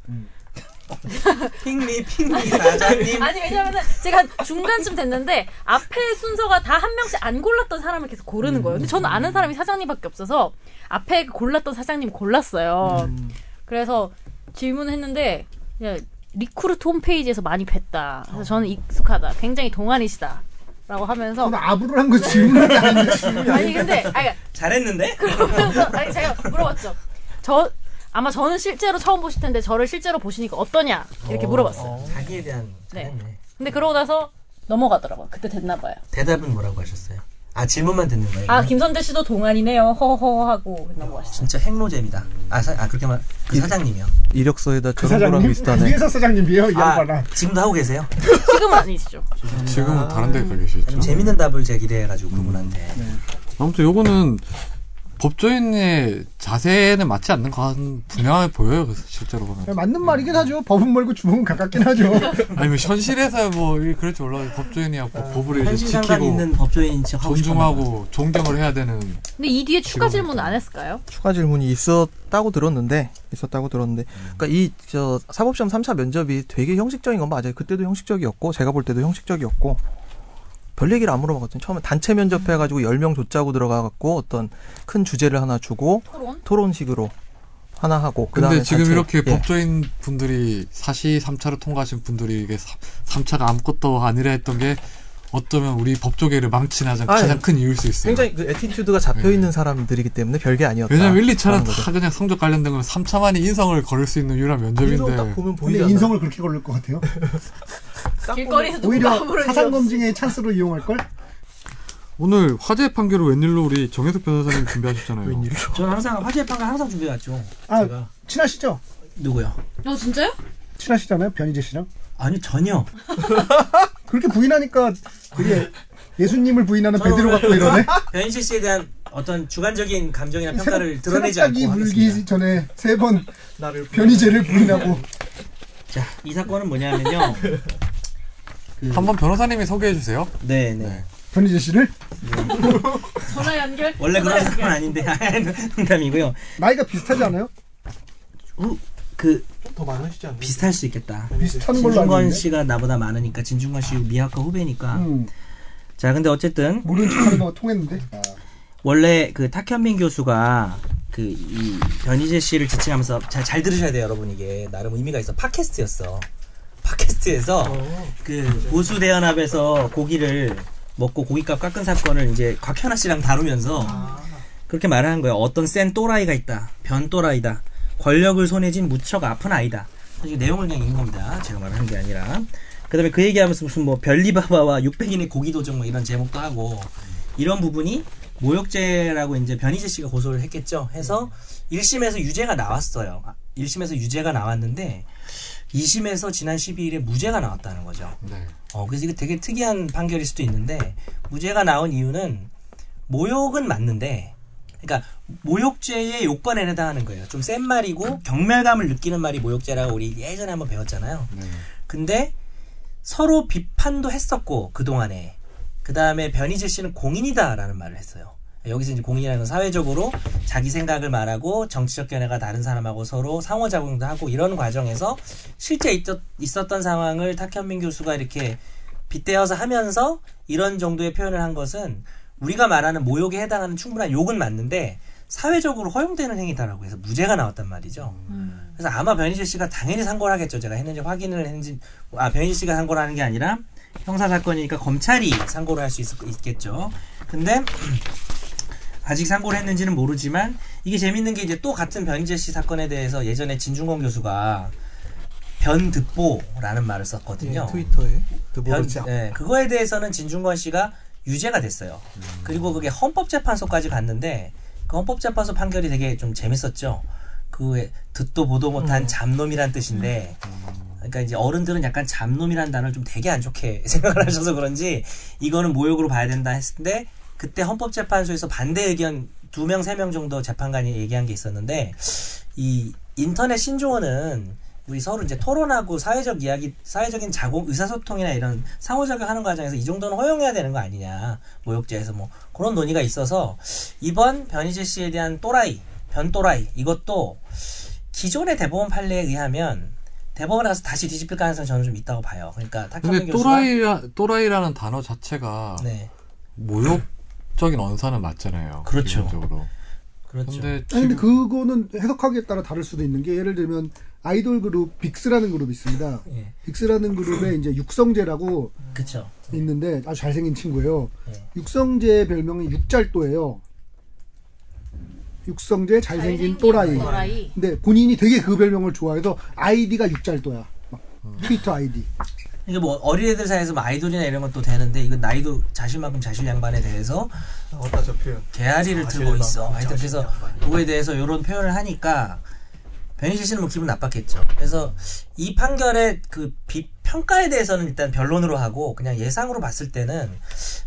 [SPEAKER 2] 핑미 핑미 사장님.
[SPEAKER 3] 아니 왜냐면은 제가 한 중간쯤 됐는데 앞에 순서가 다 한 명씩 안 골랐던 사람을 계속 고르는 거예요. 근데 저는 아는 사람이 사장님밖에 없어서 앞에 그 골랐던 사장님 골랐어요. 그래서 질문했는데 그냥 리크루트 홈페이지에서 많이 뵀다. 그래서 저는 익숙하다. 굉장히 동안이시다. 라고 하면서
[SPEAKER 5] 저는 아부를 한 거지 질문을 안 했는데
[SPEAKER 3] 어, 아니 근데 아니
[SPEAKER 2] 잘했는데?
[SPEAKER 3] 그러면서 아니 제가 물어봤죠. 저 아마 저는 실제로 처음 보실 텐데 저를 실제로 보시니까 어떠냐 이렇게 물어봤어요.
[SPEAKER 2] 자기에 대한
[SPEAKER 3] 네.
[SPEAKER 2] 잘했네.
[SPEAKER 3] 근데 그러고 나서 넘어가더라고요. 그때 됐나 봐요.
[SPEAKER 2] 대답은 뭐라고 하셨어요? 아 질문만 듣는 거예요?
[SPEAKER 3] 아 김선재 씨도 동안이네요. 허허 하고 넘어가시죠.
[SPEAKER 2] 진짜 행로잼이다. 아, 사, 아 그렇게 말, 그 사장님이요.
[SPEAKER 4] 이력서에다
[SPEAKER 5] 그
[SPEAKER 4] 저런 거랑
[SPEAKER 5] 사장님
[SPEAKER 4] 비슷하네.
[SPEAKER 5] 위에서 사장님이에요 이
[SPEAKER 2] 아,
[SPEAKER 5] 양반아.
[SPEAKER 2] 지금도 하고 계세요?
[SPEAKER 3] 지금은 아니시죠.
[SPEAKER 1] 지금은 다른 데 가 계시죠.
[SPEAKER 2] 좀 재밌는 답을 제가 기대해가지고 그분한테.
[SPEAKER 5] 네.
[SPEAKER 1] 아무튼 요거는 법조인의 자세는 맞지 않는 건 분명하게 보여요. 그래서 실제로 보면.
[SPEAKER 5] 네, 맞는 말이긴 하죠. 법은 멀고 주먹은 가깝긴 하죠.
[SPEAKER 1] 아니 뭐 현실에서 뭐 이- 그럴지 몰라도 법조인이야 뭐 법을 이제
[SPEAKER 2] 현실 상관 있는
[SPEAKER 1] 지키고
[SPEAKER 2] 법조인 척 하고 싶은 거.
[SPEAKER 1] 존중하고 존경을 해야 되는
[SPEAKER 3] 근데 이 뒤에 추가 질문 안 했을까요?
[SPEAKER 4] 추가 질문이 있었다고 들었는데 있었다고 들었는데
[SPEAKER 1] 음.
[SPEAKER 4] 그러니까 이 저 사법시험 3차 면접이 되게 형식적인 건 맞아요. 그때도 형식적이었고 제가 볼 때도 형식적이었고 별 얘기를 안 물어봤거든요. 처음에 단체 면접해가지고 10명 줬자고 들어가갖고 어떤 큰 주제를 하나 주고
[SPEAKER 3] 토론?
[SPEAKER 4] 토론식으로 하나 하고
[SPEAKER 1] 근데 지금
[SPEAKER 4] 단체-
[SPEAKER 1] 이렇게
[SPEAKER 4] 예.
[SPEAKER 1] 법조인 분들이 사시 3차로 통과하신 분들이 이게 3차가 아무것도 아니라 했던 게 어쩌면 우리 법조계를 망치는 가장,
[SPEAKER 4] 아, 예.
[SPEAKER 1] 가장 큰 이유일 수 있어요.
[SPEAKER 4] 굉장히 그 에티튜드가 잡혀
[SPEAKER 1] 예.
[SPEAKER 4] 있는 사람들이기 때문에 별게 아니었다.
[SPEAKER 1] 왜냐면 1, 2차는
[SPEAKER 4] 라는 거죠.
[SPEAKER 1] 다 그냥 성적 관련된 거면 3차만이 인성을 걸을 수 있는 유일한
[SPEAKER 4] 인성 딱
[SPEAKER 1] 면접인데
[SPEAKER 4] 보면 보이지
[SPEAKER 5] 근데
[SPEAKER 4] 않나요?
[SPEAKER 5] 인성을 그렇게 걸릴 것 같아요.
[SPEAKER 4] 딱 보면-
[SPEAKER 3] 길거리에서
[SPEAKER 5] 오히려
[SPEAKER 3] 누가 아무런
[SPEAKER 5] 사상
[SPEAKER 3] 이유 없이
[SPEAKER 5] 검증의 찬스로 이용할 걸.
[SPEAKER 1] 오늘 화재 판결로 웬일로 우리 정혜석 변호사님 준비하셨잖아요.
[SPEAKER 4] 웬일로?
[SPEAKER 2] 저는 항상 화재 판가 항상 준비해왔죠.
[SPEAKER 5] 아.
[SPEAKER 2] 제가
[SPEAKER 5] 친하시죠?
[SPEAKER 2] 누구요?
[SPEAKER 3] 어 진짜요?
[SPEAKER 5] 친하시잖아요, 변희재 씨랑.
[SPEAKER 2] 아니 전혀.
[SPEAKER 5] 그렇게 부인하니까 그게 예수님을 부인하는
[SPEAKER 2] 저는
[SPEAKER 5] 베드로 같고 이러네.
[SPEAKER 2] 변희재 씨에 대한 어떤 주관적인 감정이나 평가를
[SPEAKER 5] 새벽-
[SPEAKER 2] 드러내지
[SPEAKER 5] 새벽닭이
[SPEAKER 2] 않고 하겠습니다.
[SPEAKER 5] 물기 전에 세 번
[SPEAKER 4] 나를
[SPEAKER 5] 변희재를 부인하고
[SPEAKER 2] 자, 이 사건은 뭐냐면요. 그,
[SPEAKER 1] 한번 변호사님이 소개해 주세요.
[SPEAKER 2] 네, 네.
[SPEAKER 5] 변희재 씨를
[SPEAKER 3] 전화 연결?
[SPEAKER 2] 원래
[SPEAKER 3] 전화
[SPEAKER 2] 그런
[SPEAKER 3] 연결.
[SPEAKER 2] 사건 아닌데 농담이고요.
[SPEAKER 5] 나이가 비슷하지 않아요?
[SPEAKER 2] 우, 그
[SPEAKER 4] 더 많으시지 않나요?
[SPEAKER 2] 비슷할 수 있겠다.
[SPEAKER 5] 비슷한 걸로 알고
[SPEAKER 2] 진중권
[SPEAKER 5] 있는데. 아.
[SPEAKER 2] 씨가 나보다 많으니까 진중권 씨 미학과 후배니까.
[SPEAKER 5] 음,
[SPEAKER 2] 자, 근데 어쨌든
[SPEAKER 5] 모르는 척하는 거가 통했는데.
[SPEAKER 2] 원래 그 탁현민 교수가 그 이 변희재 씨를 지칭하면서 잘, 잘 들으셔야 돼요, 여러분 이게 나름 의미가 있어. 팟캐스트였어. 팟캐스트에서 그 고수 대연합에서 고기를 먹고 고기값 깎은 사건을 이제 곽현아 씨랑 다루면서 그렇게 말을 한 거예요. 어떤 센 또라이가 있다. 변 또라이다. 권력을 손에 쥔 무척 아픈 아이다. 사실 내용을 그냥 읽은 겁니다. 제가 말하는 게 아니라. 그 다음에 그 얘기하면서 무슨 뭐 별리바바와 600인의 고기도정 뭐 이런 제목도 하고 이런 부분이 모욕죄라고 이제 변희재 씨가 고소를 했겠죠. 해서 1심에서 유죄가 나왔어요. 1심에서 유죄가 나왔는데 2심에서 지난 12일에 무죄가 나왔다는 거죠.
[SPEAKER 1] 네.
[SPEAKER 2] 어, 그래서 이거 되게 특이한 판결일 수도 있는데 무죄가 나온 이유는 모욕은 맞는데 그러니까 모욕죄의 요건에 해당하는 거예요. 좀 센 말이고 경멸감을 느끼는 말이 모욕죄라고 우리 예전에 한번 배웠잖아요.
[SPEAKER 1] 네.
[SPEAKER 2] 근데 서로 비판도 했었고 그 동안에 그 다음에 변희재 씨는 공인이다라는 말을 했어요. 여기서 이제 공인이라는 건 사회적으로 자기 생각을 말하고 정치적 견해가 다른 사람하고 서로 상호작용도 하고 이런 과정에서 실제 있었, 있었던 상황을 탁현민 교수가 이렇게 빗대어서 하면서 이런 정도의 표현을 한 것은 우리가 말하는 모욕에 해당하는 충분한 욕은 맞는데 사회적으로 허용되는 행위다라고 해서 무죄가 나왔단 말이죠.
[SPEAKER 3] 음.
[SPEAKER 2] 그래서 아마 변희재 씨가 당연히 상고를 하겠죠. 제가 했는지 확인을 했는지 아 변희재 씨가 상고를 하는 게 아니라 형사 사건이니까 검찰이 상고를 할 수 있겠죠. 근데 아직 상고를 했는지는 모르지만 이게 재밌는 게 이제 또 같은 변희재 씨 사건에 대해서 예전에 진중권 교수가 변득보라는 말을 썼거든요.
[SPEAKER 4] 예, 트위터에
[SPEAKER 2] 변,
[SPEAKER 4] 드보르지
[SPEAKER 2] 예, 그거에 대해서는 진중권 씨가 유죄가 됐어요. 그리고 그게 헌법재판소까지 갔는데 그 헌법재판소 판결이 되게 좀 재밌었죠. 그 듣도 보도 못한 잡놈이란 뜻인데 그러니까 이제 어른들은 약간 잡놈이란 단어를 좀 되게 안 좋게 생각을 하셔서 그런지 이거는 모욕으로 봐야 된다 했는데 그때 헌법재판소에서 반대 의견 두 명, 세 명 정도 재판관이 얘기한 게 있었는데 이 인터넷 신조어는 우리 서로 이제 토론하고 사회적 이야기, 사회적인 자공, 의사소통이나 이런 상호작용하는 과정에서 이 정도는 허용해야 되는 거 아니냐. 모욕죄에서 뭐 그런 논의가 있어서 이번 변희재 씨에 대한 또라이, 변또라이 이것도 기존의 대법원 판례에 의하면 대법원에 가서 다시 뒤집힐 가능성 이 저는 좀 있다고 봐요. 그러니까 탁현민
[SPEAKER 1] 근데
[SPEAKER 2] 교수가
[SPEAKER 1] 또라이라, 또라이라는 단어 자체가
[SPEAKER 2] 네
[SPEAKER 1] 모욕적인 언사는 맞잖아요.
[SPEAKER 2] 그렇죠.
[SPEAKER 1] 기본적으로.
[SPEAKER 2] 그렇죠.
[SPEAKER 1] 근데
[SPEAKER 5] 아니 근데
[SPEAKER 1] 지금
[SPEAKER 5] 그거는 해석하기에 따라 다를 수도 있는 게 예를 들면 아이돌 그룹 빅스라는 그룹이 있습니다.
[SPEAKER 2] 예,
[SPEAKER 5] 빅스라는 그룹에 이제 육성재라고
[SPEAKER 2] 그렇죠.
[SPEAKER 5] 있는데 아주 잘생긴 친구예요.
[SPEAKER 2] 네.
[SPEAKER 5] 육성재의 별명이 육잘또예요. 육성재 잘생긴 또라이.
[SPEAKER 3] 또라이.
[SPEAKER 5] 근데 본인이 되게 그 별명을 좋아해서 아이디가 육잘또야. 막 트위터 아이디.
[SPEAKER 2] 이게 뭐 어린애들 사이에서 뭐 아이돌이나 이런 것도 되는데 이건 나이도 자신만큼 자신 양반에 대해서
[SPEAKER 4] 어따 저 표현.
[SPEAKER 2] 개아리를 들고
[SPEAKER 4] 사실만
[SPEAKER 2] 있어. 하여튼 그래서 그거에 대해서 이런 표현을 하니까 변희재 씨는 뭐 기분 나빴겠죠. 그래서 이 판결의 그 비- 평가에 대해서는 일단 변론으로 하고 그냥 예상으로 봤을 때는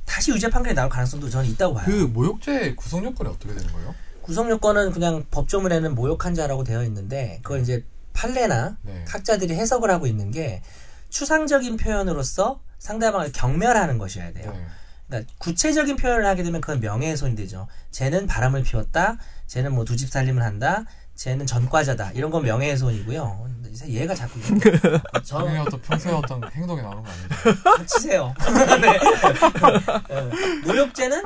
[SPEAKER 2] 다시 유죄 판결이 나올 가능성도 저는 있다고 봐요.
[SPEAKER 1] 그 모욕죄 구성 요건이 어떻게 되는 거예요?
[SPEAKER 2] 구성 요건은 그냥 법조문에는 모욕한 자라고 되어 있는데 그걸 이제 판례나
[SPEAKER 1] 네.
[SPEAKER 2] 학자들이 해석을 하고 있는 게 추상적인 표현으로서 상대방을 경멸하는 것이어야 돼요.
[SPEAKER 1] 네.
[SPEAKER 2] 그러니까 구체적인 표현을 하게 되면 그건 명예훼손이 되죠. 쟤는 바람을 피웠다. 쟤는 뭐 두 집 살림을 한다. 쟤는 전과자다. 이런 건 명예훼손이고요. 진짜 얘가 자꾸
[SPEAKER 1] 본인의
[SPEAKER 2] 저
[SPEAKER 1] 어떤 평소에 어떤 행동이 나오는 거 아니에요?
[SPEAKER 2] 치세요. 네. 네. 노력제는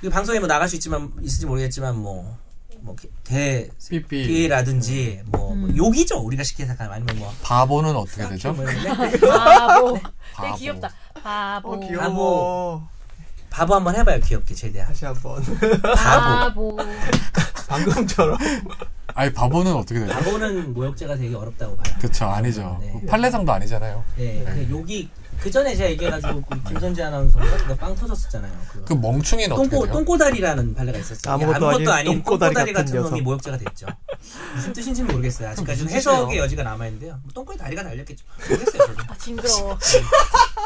[SPEAKER 2] 그 방송에 뭐 나갈 수 있지만 있을지 모르겠지만 뭐, 뭐뭐대
[SPEAKER 1] 삐삐.
[SPEAKER 2] 피라든지 뭐, 뭐 욕이죠 우리가 쉽게 생각하면 아니면 뭐
[SPEAKER 1] 바보는 어떻게 되죠?
[SPEAKER 2] 뭐 이런데.
[SPEAKER 3] 바보. 네. 되게
[SPEAKER 1] 바보.
[SPEAKER 3] 귀엽다. 바보.
[SPEAKER 5] 네.
[SPEAKER 2] 바보. 바보 한번 해봐요 귀엽게 최대한
[SPEAKER 4] 네. 다시 한번
[SPEAKER 2] 바보
[SPEAKER 3] 바보.
[SPEAKER 4] 방금처럼
[SPEAKER 1] 아니 바보는 어떻게 되죠?
[SPEAKER 2] 바보는 모욕죄가 되게 어렵다고 봐요.
[SPEAKER 1] 그쵸 아니죠.
[SPEAKER 2] 네.
[SPEAKER 1] 판례상도 아니잖아요.
[SPEAKER 2] 네, 그 욕이 그 전에 제가 얘기해가지고 그 김선재 아나운서가 그거 빵 터졌었잖아요. 그거.
[SPEAKER 1] 그 멍충이는 어떻게
[SPEAKER 2] 똥꼬
[SPEAKER 1] 돼요?
[SPEAKER 2] 똥꼬다리라는 발레가 있었어요. 이게
[SPEAKER 4] 아무것도 아닌 똥꼬다리
[SPEAKER 2] 똥꼬다리 같은
[SPEAKER 4] 같은
[SPEAKER 2] 놈이
[SPEAKER 4] 녀석.
[SPEAKER 2] 모욕죄가 됐죠. 무슨 뜻인지는 모르겠어요. 아직까지는
[SPEAKER 1] 무슨 뜻이에요?
[SPEAKER 2] 해석의 여지가 남아 있는데요. 뭐 똥꼬에 다리가 달렸겠죠. 모르겠어요. 저도.
[SPEAKER 3] 아, 징그러워.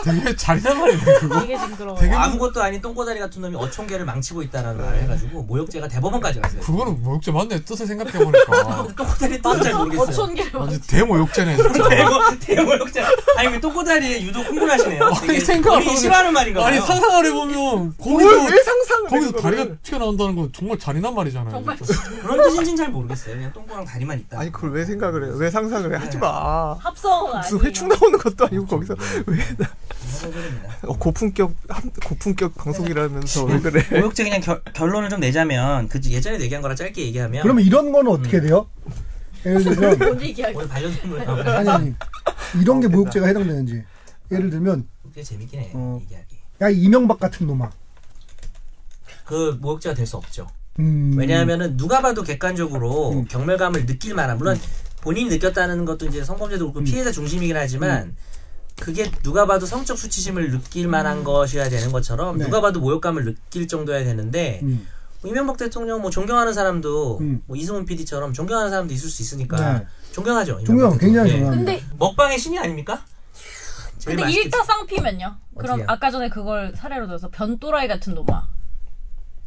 [SPEAKER 1] 되게 잘난 말이네 그거.
[SPEAKER 3] 되게 징그러워.
[SPEAKER 1] 되게
[SPEAKER 2] 아무것도 아닌 똥꼬다리 같은 놈이 어촌계를 망치고 있다라는 말을 해가지고 모욕죄가 대법원까지 갔어요.
[SPEAKER 1] 그거는 모욕죄 맞네 뜻을 생각해 보니까.
[SPEAKER 2] 똥꼬다리 뜻은 잘 모르겠어요.
[SPEAKER 3] 어촌계로.
[SPEAKER 1] 완전 대모욕죄네 진짜.
[SPEAKER 2] 대모 대모욕죄. 아니 그 똥꼬다리에 유독 흥분하시네요.
[SPEAKER 1] 아니,
[SPEAKER 2] 되게
[SPEAKER 1] 생각하면-
[SPEAKER 2] 본인이 싫어하는 말인가 봐요.
[SPEAKER 1] 아니 상상을 해보면
[SPEAKER 4] 왜,
[SPEAKER 1] 거기서
[SPEAKER 4] 상상을
[SPEAKER 1] 거기서
[SPEAKER 4] 해, 그거를?
[SPEAKER 1] 다리가 튀어나온다는 건 정말 잔인한 말이잖아요.
[SPEAKER 3] 정말
[SPEAKER 1] 진짜.
[SPEAKER 2] 그런 뜻인지는 잘 모르겠어요. 그냥 똥꼬랑 다리만 있다.
[SPEAKER 4] 아니 그걸 왜 생각을 해요 왜 상상을 해 하지 마
[SPEAKER 3] 합성
[SPEAKER 4] 무슨
[SPEAKER 3] 아니에요.
[SPEAKER 4] 회충 나오는 것도 아니고 거기서 왜 나-
[SPEAKER 2] 모욕죄입니다.
[SPEAKER 4] 어, 고품격 함- 고품격 방송이라면서 왜 그래
[SPEAKER 2] 모욕죄 그냥 결, 결론을 좀 내자면 그 예전에 얘기한 거랑 짧게 얘기하면
[SPEAKER 5] 그러면 이런 거는 어떻게 돼요? 예를 들면
[SPEAKER 3] 뭔 얘기야?
[SPEAKER 2] 오늘 반려 선물
[SPEAKER 5] 아니 아니 이런 게 모욕죄가 해당되는지 예를 들면
[SPEAKER 2] 꽤 재밌긴 해
[SPEAKER 5] 어.
[SPEAKER 2] 얘기하기
[SPEAKER 5] 야 이명박 같은 놈아.
[SPEAKER 2] 그 모욕죄가 될 수 없죠
[SPEAKER 5] 음,
[SPEAKER 2] 왜냐하면은 누가 봐도 객관적으로 경멸감을 느낄 만한 물론
[SPEAKER 5] 음.
[SPEAKER 2] 본인이 느꼈다는 것도 이제 성범죄도 그렇고 피해자 중심이긴 하지만
[SPEAKER 5] 음.
[SPEAKER 2] 그게 누가 봐도 성적 수치심을 느낄 만한 것이어야 되는 것처럼
[SPEAKER 5] 음. 네.
[SPEAKER 2] 누가 봐도 모욕감을 느낄 정도여야 되는데
[SPEAKER 5] 음.
[SPEAKER 2] 이명박 대통령 뭐 존경하는 사람도
[SPEAKER 5] 음.
[SPEAKER 2] 뭐 이승훈 PD처럼 존경하는 사람도 있을 수 있으니까
[SPEAKER 5] 네.
[SPEAKER 2] 존경하죠 이명박
[SPEAKER 5] 존경
[SPEAKER 2] 대통령.
[SPEAKER 5] 굉장히
[SPEAKER 2] 예.
[SPEAKER 5] 존경합니다.
[SPEAKER 3] 근데
[SPEAKER 2] 먹방의 신이 아닙니까? 제일
[SPEAKER 3] 근데
[SPEAKER 2] 맛있겠지.
[SPEAKER 3] 1차 쌍피면요? 그럼
[SPEAKER 2] 어떻게요?
[SPEAKER 3] 아까 전에 그걸 사례로 들어서 변또라이 같은 놈아.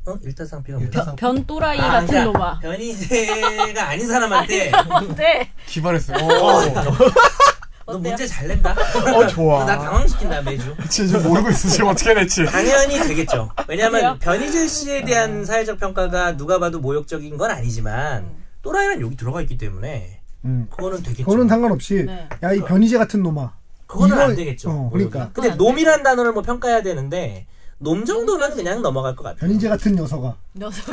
[SPEAKER 2] 어? 일타상피가 뭐야?
[SPEAKER 4] 일타상-
[SPEAKER 3] 변또라이
[SPEAKER 2] 아,
[SPEAKER 3] 같은
[SPEAKER 2] 그러니까
[SPEAKER 3] 놈아.
[SPEAKER 2] 변희재가 아닌 사람한테
[SPEAKER 3] 어때?
[SPEAKER 1] 기발했어요.
[SPEAKER 2] 너
[SPEAKER 3] 어때요?
[SPEAKER 2] 문제 잘 낸다.
[SPEAKER 4] 어, 좋아.
[SPEAKER 2] 나 당황시킨다 매주.
[SPEAKER 1] 지금 이제 모르고 있어 지금 어떻게 해야 될지.
[SPEAKER 2] 당연히 되겠죠.
[SPEAKER 3] 그래요?
[SPEAKER 2] 왜냐하면 변희재 씨에 대한 사회적 평가가 누가 봐도 모욕적인 건
[SPEAKER 3] 음.
[SPEAKER 2] 아니지만 또라이는 여기 들어가 있기 때문에
[SPEAKER 5] 음.
[SPEAKER 2] 그거는 되겠죠.
[SPEAKER 5] 그거는 상관없이
[SPEAKER 3] 네.
[SPEAKER 5] 야 이 변희재 같은 놈아.
[SPEAKER 2] 그거는
[SPEAKER 5] 이거-
[SPEAKER 2] 안 되겠죠.
[SPEAKER 5] 어, 그러니까.
[SPEAKER 2] 근데 놈이란 단어를 뭐 평가해야 되는데 놈 정도면 그냥 넘어갈 것 같아요.
[SPEAKER 5] 변희재 같은 녀석아.
[SPEAKER 3] 녀석.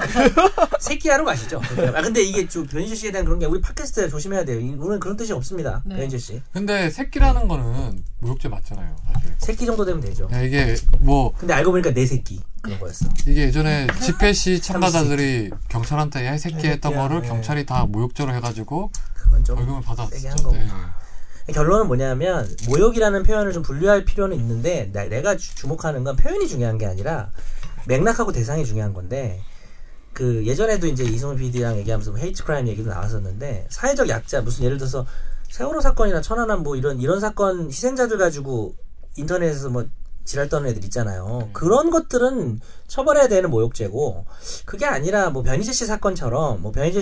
[SPEAKER 2] 새끼하러 가시죠. 아 근데 이게 좀 변희재 씨에 대한 그런 게 우리 팟캐스트에 조심해야 돼요. 이- 우리는 그런 뜻이 없습니다.
[SPEAKER 3] 네.
[SPEAKER 2] 변희재 씨.
[SPEAKER 1] 근데 새끼라는 거는 모욕죄 맞잖아요. 사실.
[SPEAKER 2] 새끼 정도 되면
[SPEAKER 5] 네.
[SPEAKER 2] 되죠.
[SPEAKER 1] 야, 이게 뭐
[SPEAKER 2] 근데 알고 보니까 내 새끼
[SPEAKER 3] 네.
[SPEAKER 2] 그런 거였어.
[SPEAKER 1] 이게 예전에 집회 시 참가자들이 경찰한테 야이 새끼 했던 거를 경찰이 다 모욕죄로 해가지고
[SPEAKER 2] 그건 좀
[SPEAKER 1] 벌금을 받았었죠.
[SPEAKER 2] 어,
[SPEAKER 1] 네.
[SPEAKER 2] 세게 한 거구나. 결론은 뭐냐면 모욕이라는 표현을 좀 분류할 필요는 있는데 나- 내가 주- 주목하는 건 표현이 중요한 게 아니라 맥락하고 대상이 중요한 건데 그 예전에도 이제 이성훈 PD랑 얘기하면서 뭐 헤이트 크라임 얘기도 나왔었는데 사회적 약자 무슨 예를 들어서 세월호 사건이나 천안함 뭐 이런 이런 사건 희생자들 가지고 인터넷에서 뭐 지랄 떠는 애들 있잖아요. 그런 것들은 처벌해야 되는 모욕죄고 그게 아니라 뭐 변희재 씨 사건처럼 뭐 변희재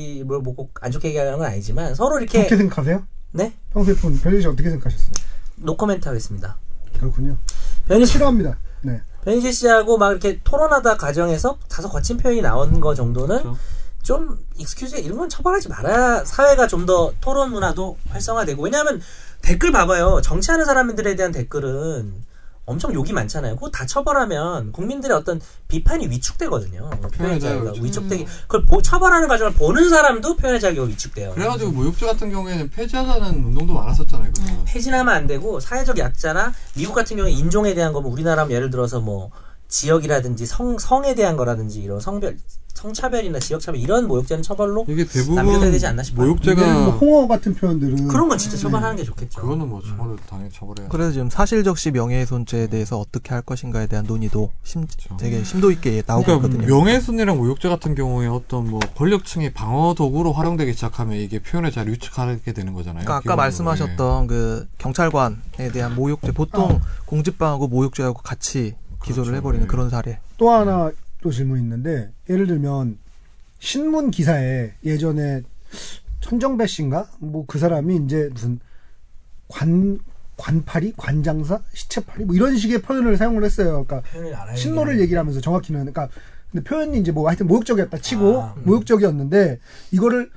[SPEAKER 2] 씨뭘뭐꼭안 좋게 얘기하는 건 아니지만 서로 이렇게
[SPEAKER 5] 그렇게 생각하세요?
[SPEAKER 2] 네?
[SPEAKER 5] 평소에 분 변희재 어떻게 생각하셨어요?
[SPEAKER 2] 노코멘트 하겠습니다.
[SPEAKER 5] 그렇군요.
[SPEAKER 2] 변희재,
[SPEAKER 5] 싫어합니다. 네.
[SPEAKER 2] 변희재 씨하고 막 이렇게 토론하다 과정에서 다소 거친 표현이 나온 거 정도는 좀 익스큐즈 이런 건 처벌하지 말아야 사회가 좀 더 토론 문화도 활성화되고 왜냐하면 댓글 봐봐요 정치하는 사람들에 대한 댓글은 엄청 욕이 많잖아요. 그거 다 처벌하면 국민들의 어떤 비판이 위축되거든요. 표현의 음. 자유가
[SPEAKER 1] 자유죠.
[SPEAKER 2] 위축되기 그걸 보- 처벌하는 과정을 보는 사람도 표현의 자유가 위축돼요.
[SPEAKER 1] 그래가지고 모욕죄 같은 경우에는 폐지하자는 운동도 많았었잖아요. 그동안.
[SPEAKER 2] 폐진하면 안 되고 사회적 약자나 미국 같은 경우에 인종에 대한 거면 우리나라 면 예를 들어서 뭐 지역이라든지 성 성에 대한 거라든지 이런 성별 성차별이나 지역차별 이런 모욕죄는 처벌로
[SPEAKER 1] 이게
[SPEAKER 2] 남겨둬야
[SPEAKER 1] 대부분
[SPEAKER 2] 되지 않나 싶어요.
[SPEAKER 1] 모욕죄가
[SPEAKER 5] 예를 들어 뭐 홍어 같은 표현들은
[SPEAKER 2] 그런 건 진짜 처벌하는 게 좋겠죠.
[SPEAKER 1] 그거는 뭐 저거를 당연히 처벌해야
[SPEAKER 4] 그래서 지금 사실적시 명예훼손죄에 대해서 어떻게 할 것인가에 대한 논의도 심,
[SPEAKER 1] 그렇죠.
[SPEAKER 4] 되게 심도 있게 나오고
[SPEAKER 1] 그러니까
[SPEAKER 4] 있거든요.
[SPEAKER 1] 명예훼손이랑 모욕죄 같은 경우에 어떤 뭐 권력층이 방어 도구로 활용되기 시작하면 이게 표현의 자유를 유축하게 되는 거잖아요.
[SPEAKER 4] 그러니까 아까
[SPEAKER 1] 기본적으로.
[SPEAKER 4] 말씀하셨던 그 경찰관에 대한 모욕죄 보통 공직방하고 모욕죄하고 같이 기소를
[SPEAKER 1] 그렇죠.
[SPEAKER 4] 해버리는
[SPEAKER 1] 네.
[SPEAKER 4] 어. 그런 사례.
[SPEAKER 5] 또 하나 또 질문이 있는데 예를 들면 신문 기사에 예전에 천정배 씨인가 뭐 그 사람이 이제 무슨 관 관팔이 관장사 시체팔이 뭐 이런 식의 표현을 사용을 했어요. 그러니까
[SPEAKER 2] 표현을 알아야
[SPEAKER 5] 신노를
[SPEAKER 2] 되겠네.
[SPEAKER 5] 얘기를 하면서 정확히는 그러니까 근데 표현이 이제 뭐 하여튼 모욕적이었다 치고
[SPEAKER 2] 아, 음.
[SPEAKER 5] 모욕적이었는데 이거를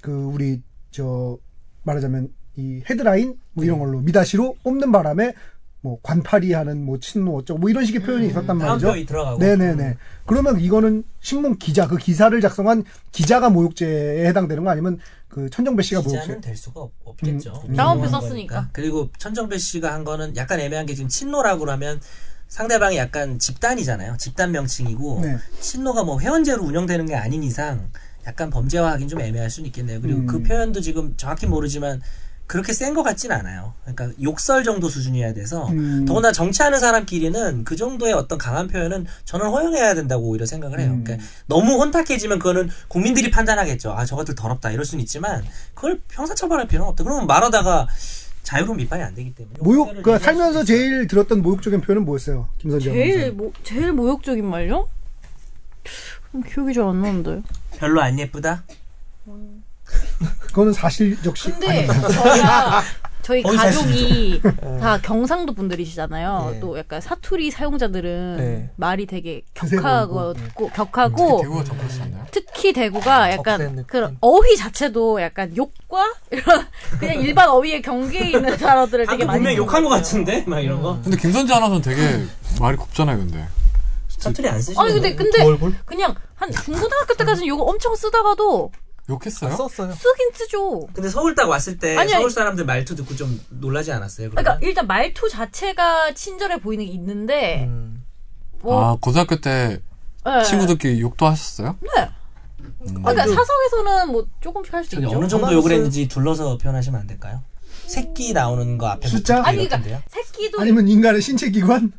[SPEAKER 5] 그 우리 저 말하자면 이 헤드라인 뭐
[SPEAKER 2] 네.
[SPEAKER 5] 이런 걸로 미다시로 뽑는 바람에 뭐 관파리하는 뭐 친노 어쩌고 뭐 이런 식의 표현이
[SPEAKER 2] 다음
[SPEAKER 5] 있었단 말이죠.
[SPEAKER 2] 표이 들어가고. 음.
[SPEAKER 5] 네네네. 그러면 이거는 신문 기자 그 기사를 작성한 기자가 모욕죄에 해당되는 거 아니면 그 천정배 씨가 모욕죄?
[SPEAKER 2] 기자는 될 수가 없- 없겠죠.
[SPEAKER 5] 음.
[SPEAKER 3] 다운표
[SPEAKER 2] 그런
[SPEAKER 3] 썼으니까.
[SPEAKER 2] 거니까. 그리고 천정배 씨가 한 거는 약간 애매한 게 지금 친노라고 하면 상대방이 약간 집단이잖아요. 집단 명칭이고
[SPEAKER 5] 네.
[SPEAKER 2] 친노가 뭐 회원제로 운영되는 게 아닌 이상 약간 범죄화하긴 좀 애매할 수는 있겠네요. 그리고
[SPEAKER 5] 음.
[SPEAKER 2] 그 표현도 지금 정확히 모르지만 그렇게 센 것 같진 않아요. 그러니까 욕설 정도 수준이어야 돼서
[SPEAKER 5] 음.
[SPEAKER 2] 더구나 정치하는 사람끼리는 그 정도의 어떤 강한 표현은 저는 허용해야 된다고 오히려 생각을 해요.
[SPEAKER 5] 음.
[SPEAKER 2] 그러니까 너무 혼탁해지면 그거는 국민들이 판단하겠죠. 아, 저것들 더럽다. 이럴 수는 있지만 그걸 형사 처벌할 필요는 없다. 그러면 말하다가 자유로운 밑반이 안 되기 때문에.
[SPEAKER 5] 모욕
[SPEAKER 2] 형사를
[SPEAKER 5] 그러니까
[SPEAKER 2] 이용할
[SPEAKER 5] 살면서
[SPEAKER 2] 수 있어요.
[SPEAKER 5] 제일 들었던 모욕적인 표현은 뭐였어요, 김선재?
[SPEAKER 3] 제일
[SPEAKER 5] 아나운서?
[SPEAKER 3] 모, 제일 모욕적인 말요? 좀 기억이 잘 안 나는데.
[SPEAKER 2] 별로 안 예쁘다.
[SPEAKER 5] 그거는 사실 역시
[SPEAKER 3] 근데 저희가 저희
[SPEAKER 2] 거기
[SPEAKER 3] 가족이 다 경상도 분들이시잖아요.
[SPEAKER 4] 예.
[SPEAKER 3] 또 약간 사투리 사용자들은
[SPEAKER 4] 예.
[SPEAKER 3] 말이 되게
[SPEAKER 5] 그새
[SPEAKER 3] 격하고 격하고
[SPEAKER 1] 대구가 더 음, 그렇습니다.
[SPEAKER 3] 특히 대구가
[SPEAKER 4] 적센
[SPEAKER 3] 약간
[SPEAKER 4] 느낌.
[SPEAKER 3] 그런 어휘 자체도 약간 욕과 이런 그냥 일반 어휘의 경계에 있는 단어들을
[SPEAKER 2] 방금 아,
[SPEAKER 3] 되게 많이
[SPEAKER 2] 그 분명
[SPEAKER 3] 쓰는
[SPEAKER 2] 욕한 것
[SPEAKER 3] 거예요.
[SPEAKER 2] 같은데? 막 이런 거.
[SPEAKER 5] 음.
[SPEAKER 1] 근데 김선재 아나운서는 되게 말이 곱잖아요, 근데.
[SPEAKER 2] 사투리 안 쓰시는
[SPEAKER 3] 아니 근데 근데
[SPEAKER 4] 얼굴?
[SPEAKER 3] 그냥 한 중고등학교 때까지는 욕을 엄청 쓰다가도
[SPEAKER 1] 욕했어요?
[SPEAKER 4] 아, 썼어요.
[SPEAKER 3] 쓰긴 쓰죠.
[SPEAKER 2] 근데 서울 딱 왔을 때
[SPEAKER 3] 아니, 아니.
[SPEAKER 2] 서울 사람들 말투 듣고 좀 놀라지 않았어요? 그러면?
[SPEAKER 3] 그러니까 일단 말투 자체가 친절해 보이는 게 있는데
[SPEAKER 4] 음.
[SPEAKER 3] 뭐
[SPEAKER 1] 아, 고등학교 때
[SPEAKER 3] 예.
[SPEAKER 1] 아, 친구들끼리 욕도 하셨어요?
[SPEAKER 3] 네. 그러니까 사석에서는 뭐 조금씩 할 수
[SPEAKER 2] 저기
[SPEAKER 3] 있죠.
[SPEAKER 2] 어느 정도
[SPEAKER 4] 가만히
[SPEAKER 2] 욕을
[SPEAKER 4] 있어요.
[SPEAKER 2] 했는지 둘러서 표현하시면 안 될까요? 새끼 나오는 거 앞에
[SPEAKER 5] 숫자?
[SPEAKER 2] 붙은 거
[SPEAKER 3] 아니
[SPEAKER 2] 이럴
[SPEAKER 3] 그러니까
[SPEAKER 2] 텐데요. 뭐
[SPEAKER 3] 새끼도
[SPEAKER 5] 아니면 인간의 신체 기관?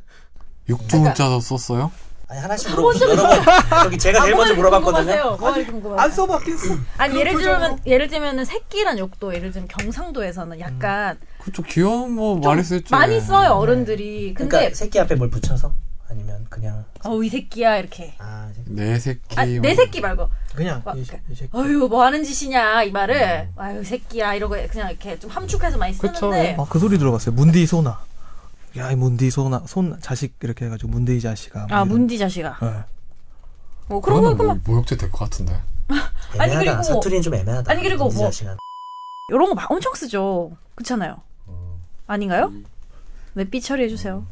[SPEAKER 1] 육두 문자도 썼어요?
[SPEAKER 2] 아니 하나씩 물어보세요. 여러분 저기 제가 제일 먼저 물어봤거든요. 뭐.
[SPEAKER 3] 뭐가 궁금하세요?
[SPEAKER 4] 안 써봤겠어.
[SPEAKER 3] 아니
[SPEAKER 4] 그런
[SPEAKER 3] 예를
[SPEAKER 4] 표정으로.
[SPEAKER 3] 들면 예를 들면은 새끼란 욕도 예를 들면 경상도에서는 약간
[SPEAKER 2] 음.
[SPEAKER 1] 그쵸, 귀여운 뭐 많이 쓰였죠.
[SPEAKER 3] 많이 써요 어른들이. 근데
[SPEAKER 2] 네. 그러니까 새끼 앞에 뭘 붙여서 아니면 그냥
[SPEAKER 3] 어우 이 새끼야 이렇게.
[SPEAKER 2] 아 이제
[SPEAKER 1] 내 새끼.
[SPEAKER 3] 아, 내
[SPEAKER 1] 뭐.
[SPEAKER 3] 새끼 말고
[SPEAKER 4] 그냥
[SPEAKER 3] 막
[SPEAKER 4] 이, 새- 이 새끼.
[SPEAKER 3] 어휴 뭐 하는 짓이냐 이 말을
[SPEAKER 2] 네.
[SPEAKER 3] 아유 새끼야 이러고 그냥 이렇게 좀 함축해서 많이
[SPEAKER 1] 그쵸, 예.
[SPEAKER 3] 쓰는데
[SPEAKER 4] 아, 그 소리 들어봤어요. 문디 소나. 야, 이 문디 소나, 손 자식 이렇게 해가지고 문디 자식아. 뭐
[SPEAKER 3] 아
[SPEAKER 4] 이런.
[SPEAKER 3] 문디 자식아.
[SPEAKER 4] 예.
[SPEAKER 3] 뭐 그런 거
[SPEAKER 1] 그거는 뭐,
[SPEAKER 3] 그만
[SPEAKER 1] 모욕죄 될 것 같은데.
[SPEAKER 3] 아니,
[SPEAKER 2] 애매하다.
[SPEAKER 3] 그리고-
[SPEAKER 2] 사투리는 좀 애매하다.
[SPEAKER 3] 아니, 그리고
[SPEAKER 2] 이
[SPEAKER 3] 뭐-
[SPEAKER 2] 자식아.
[SPEAKER 3] 이런 거 막 엄청 쓰죠. 그렇잖아요. 아닌가요?
[SPEAKER 5] 음.
[SPEAKER 3] 네, 삐 처리해 주세요.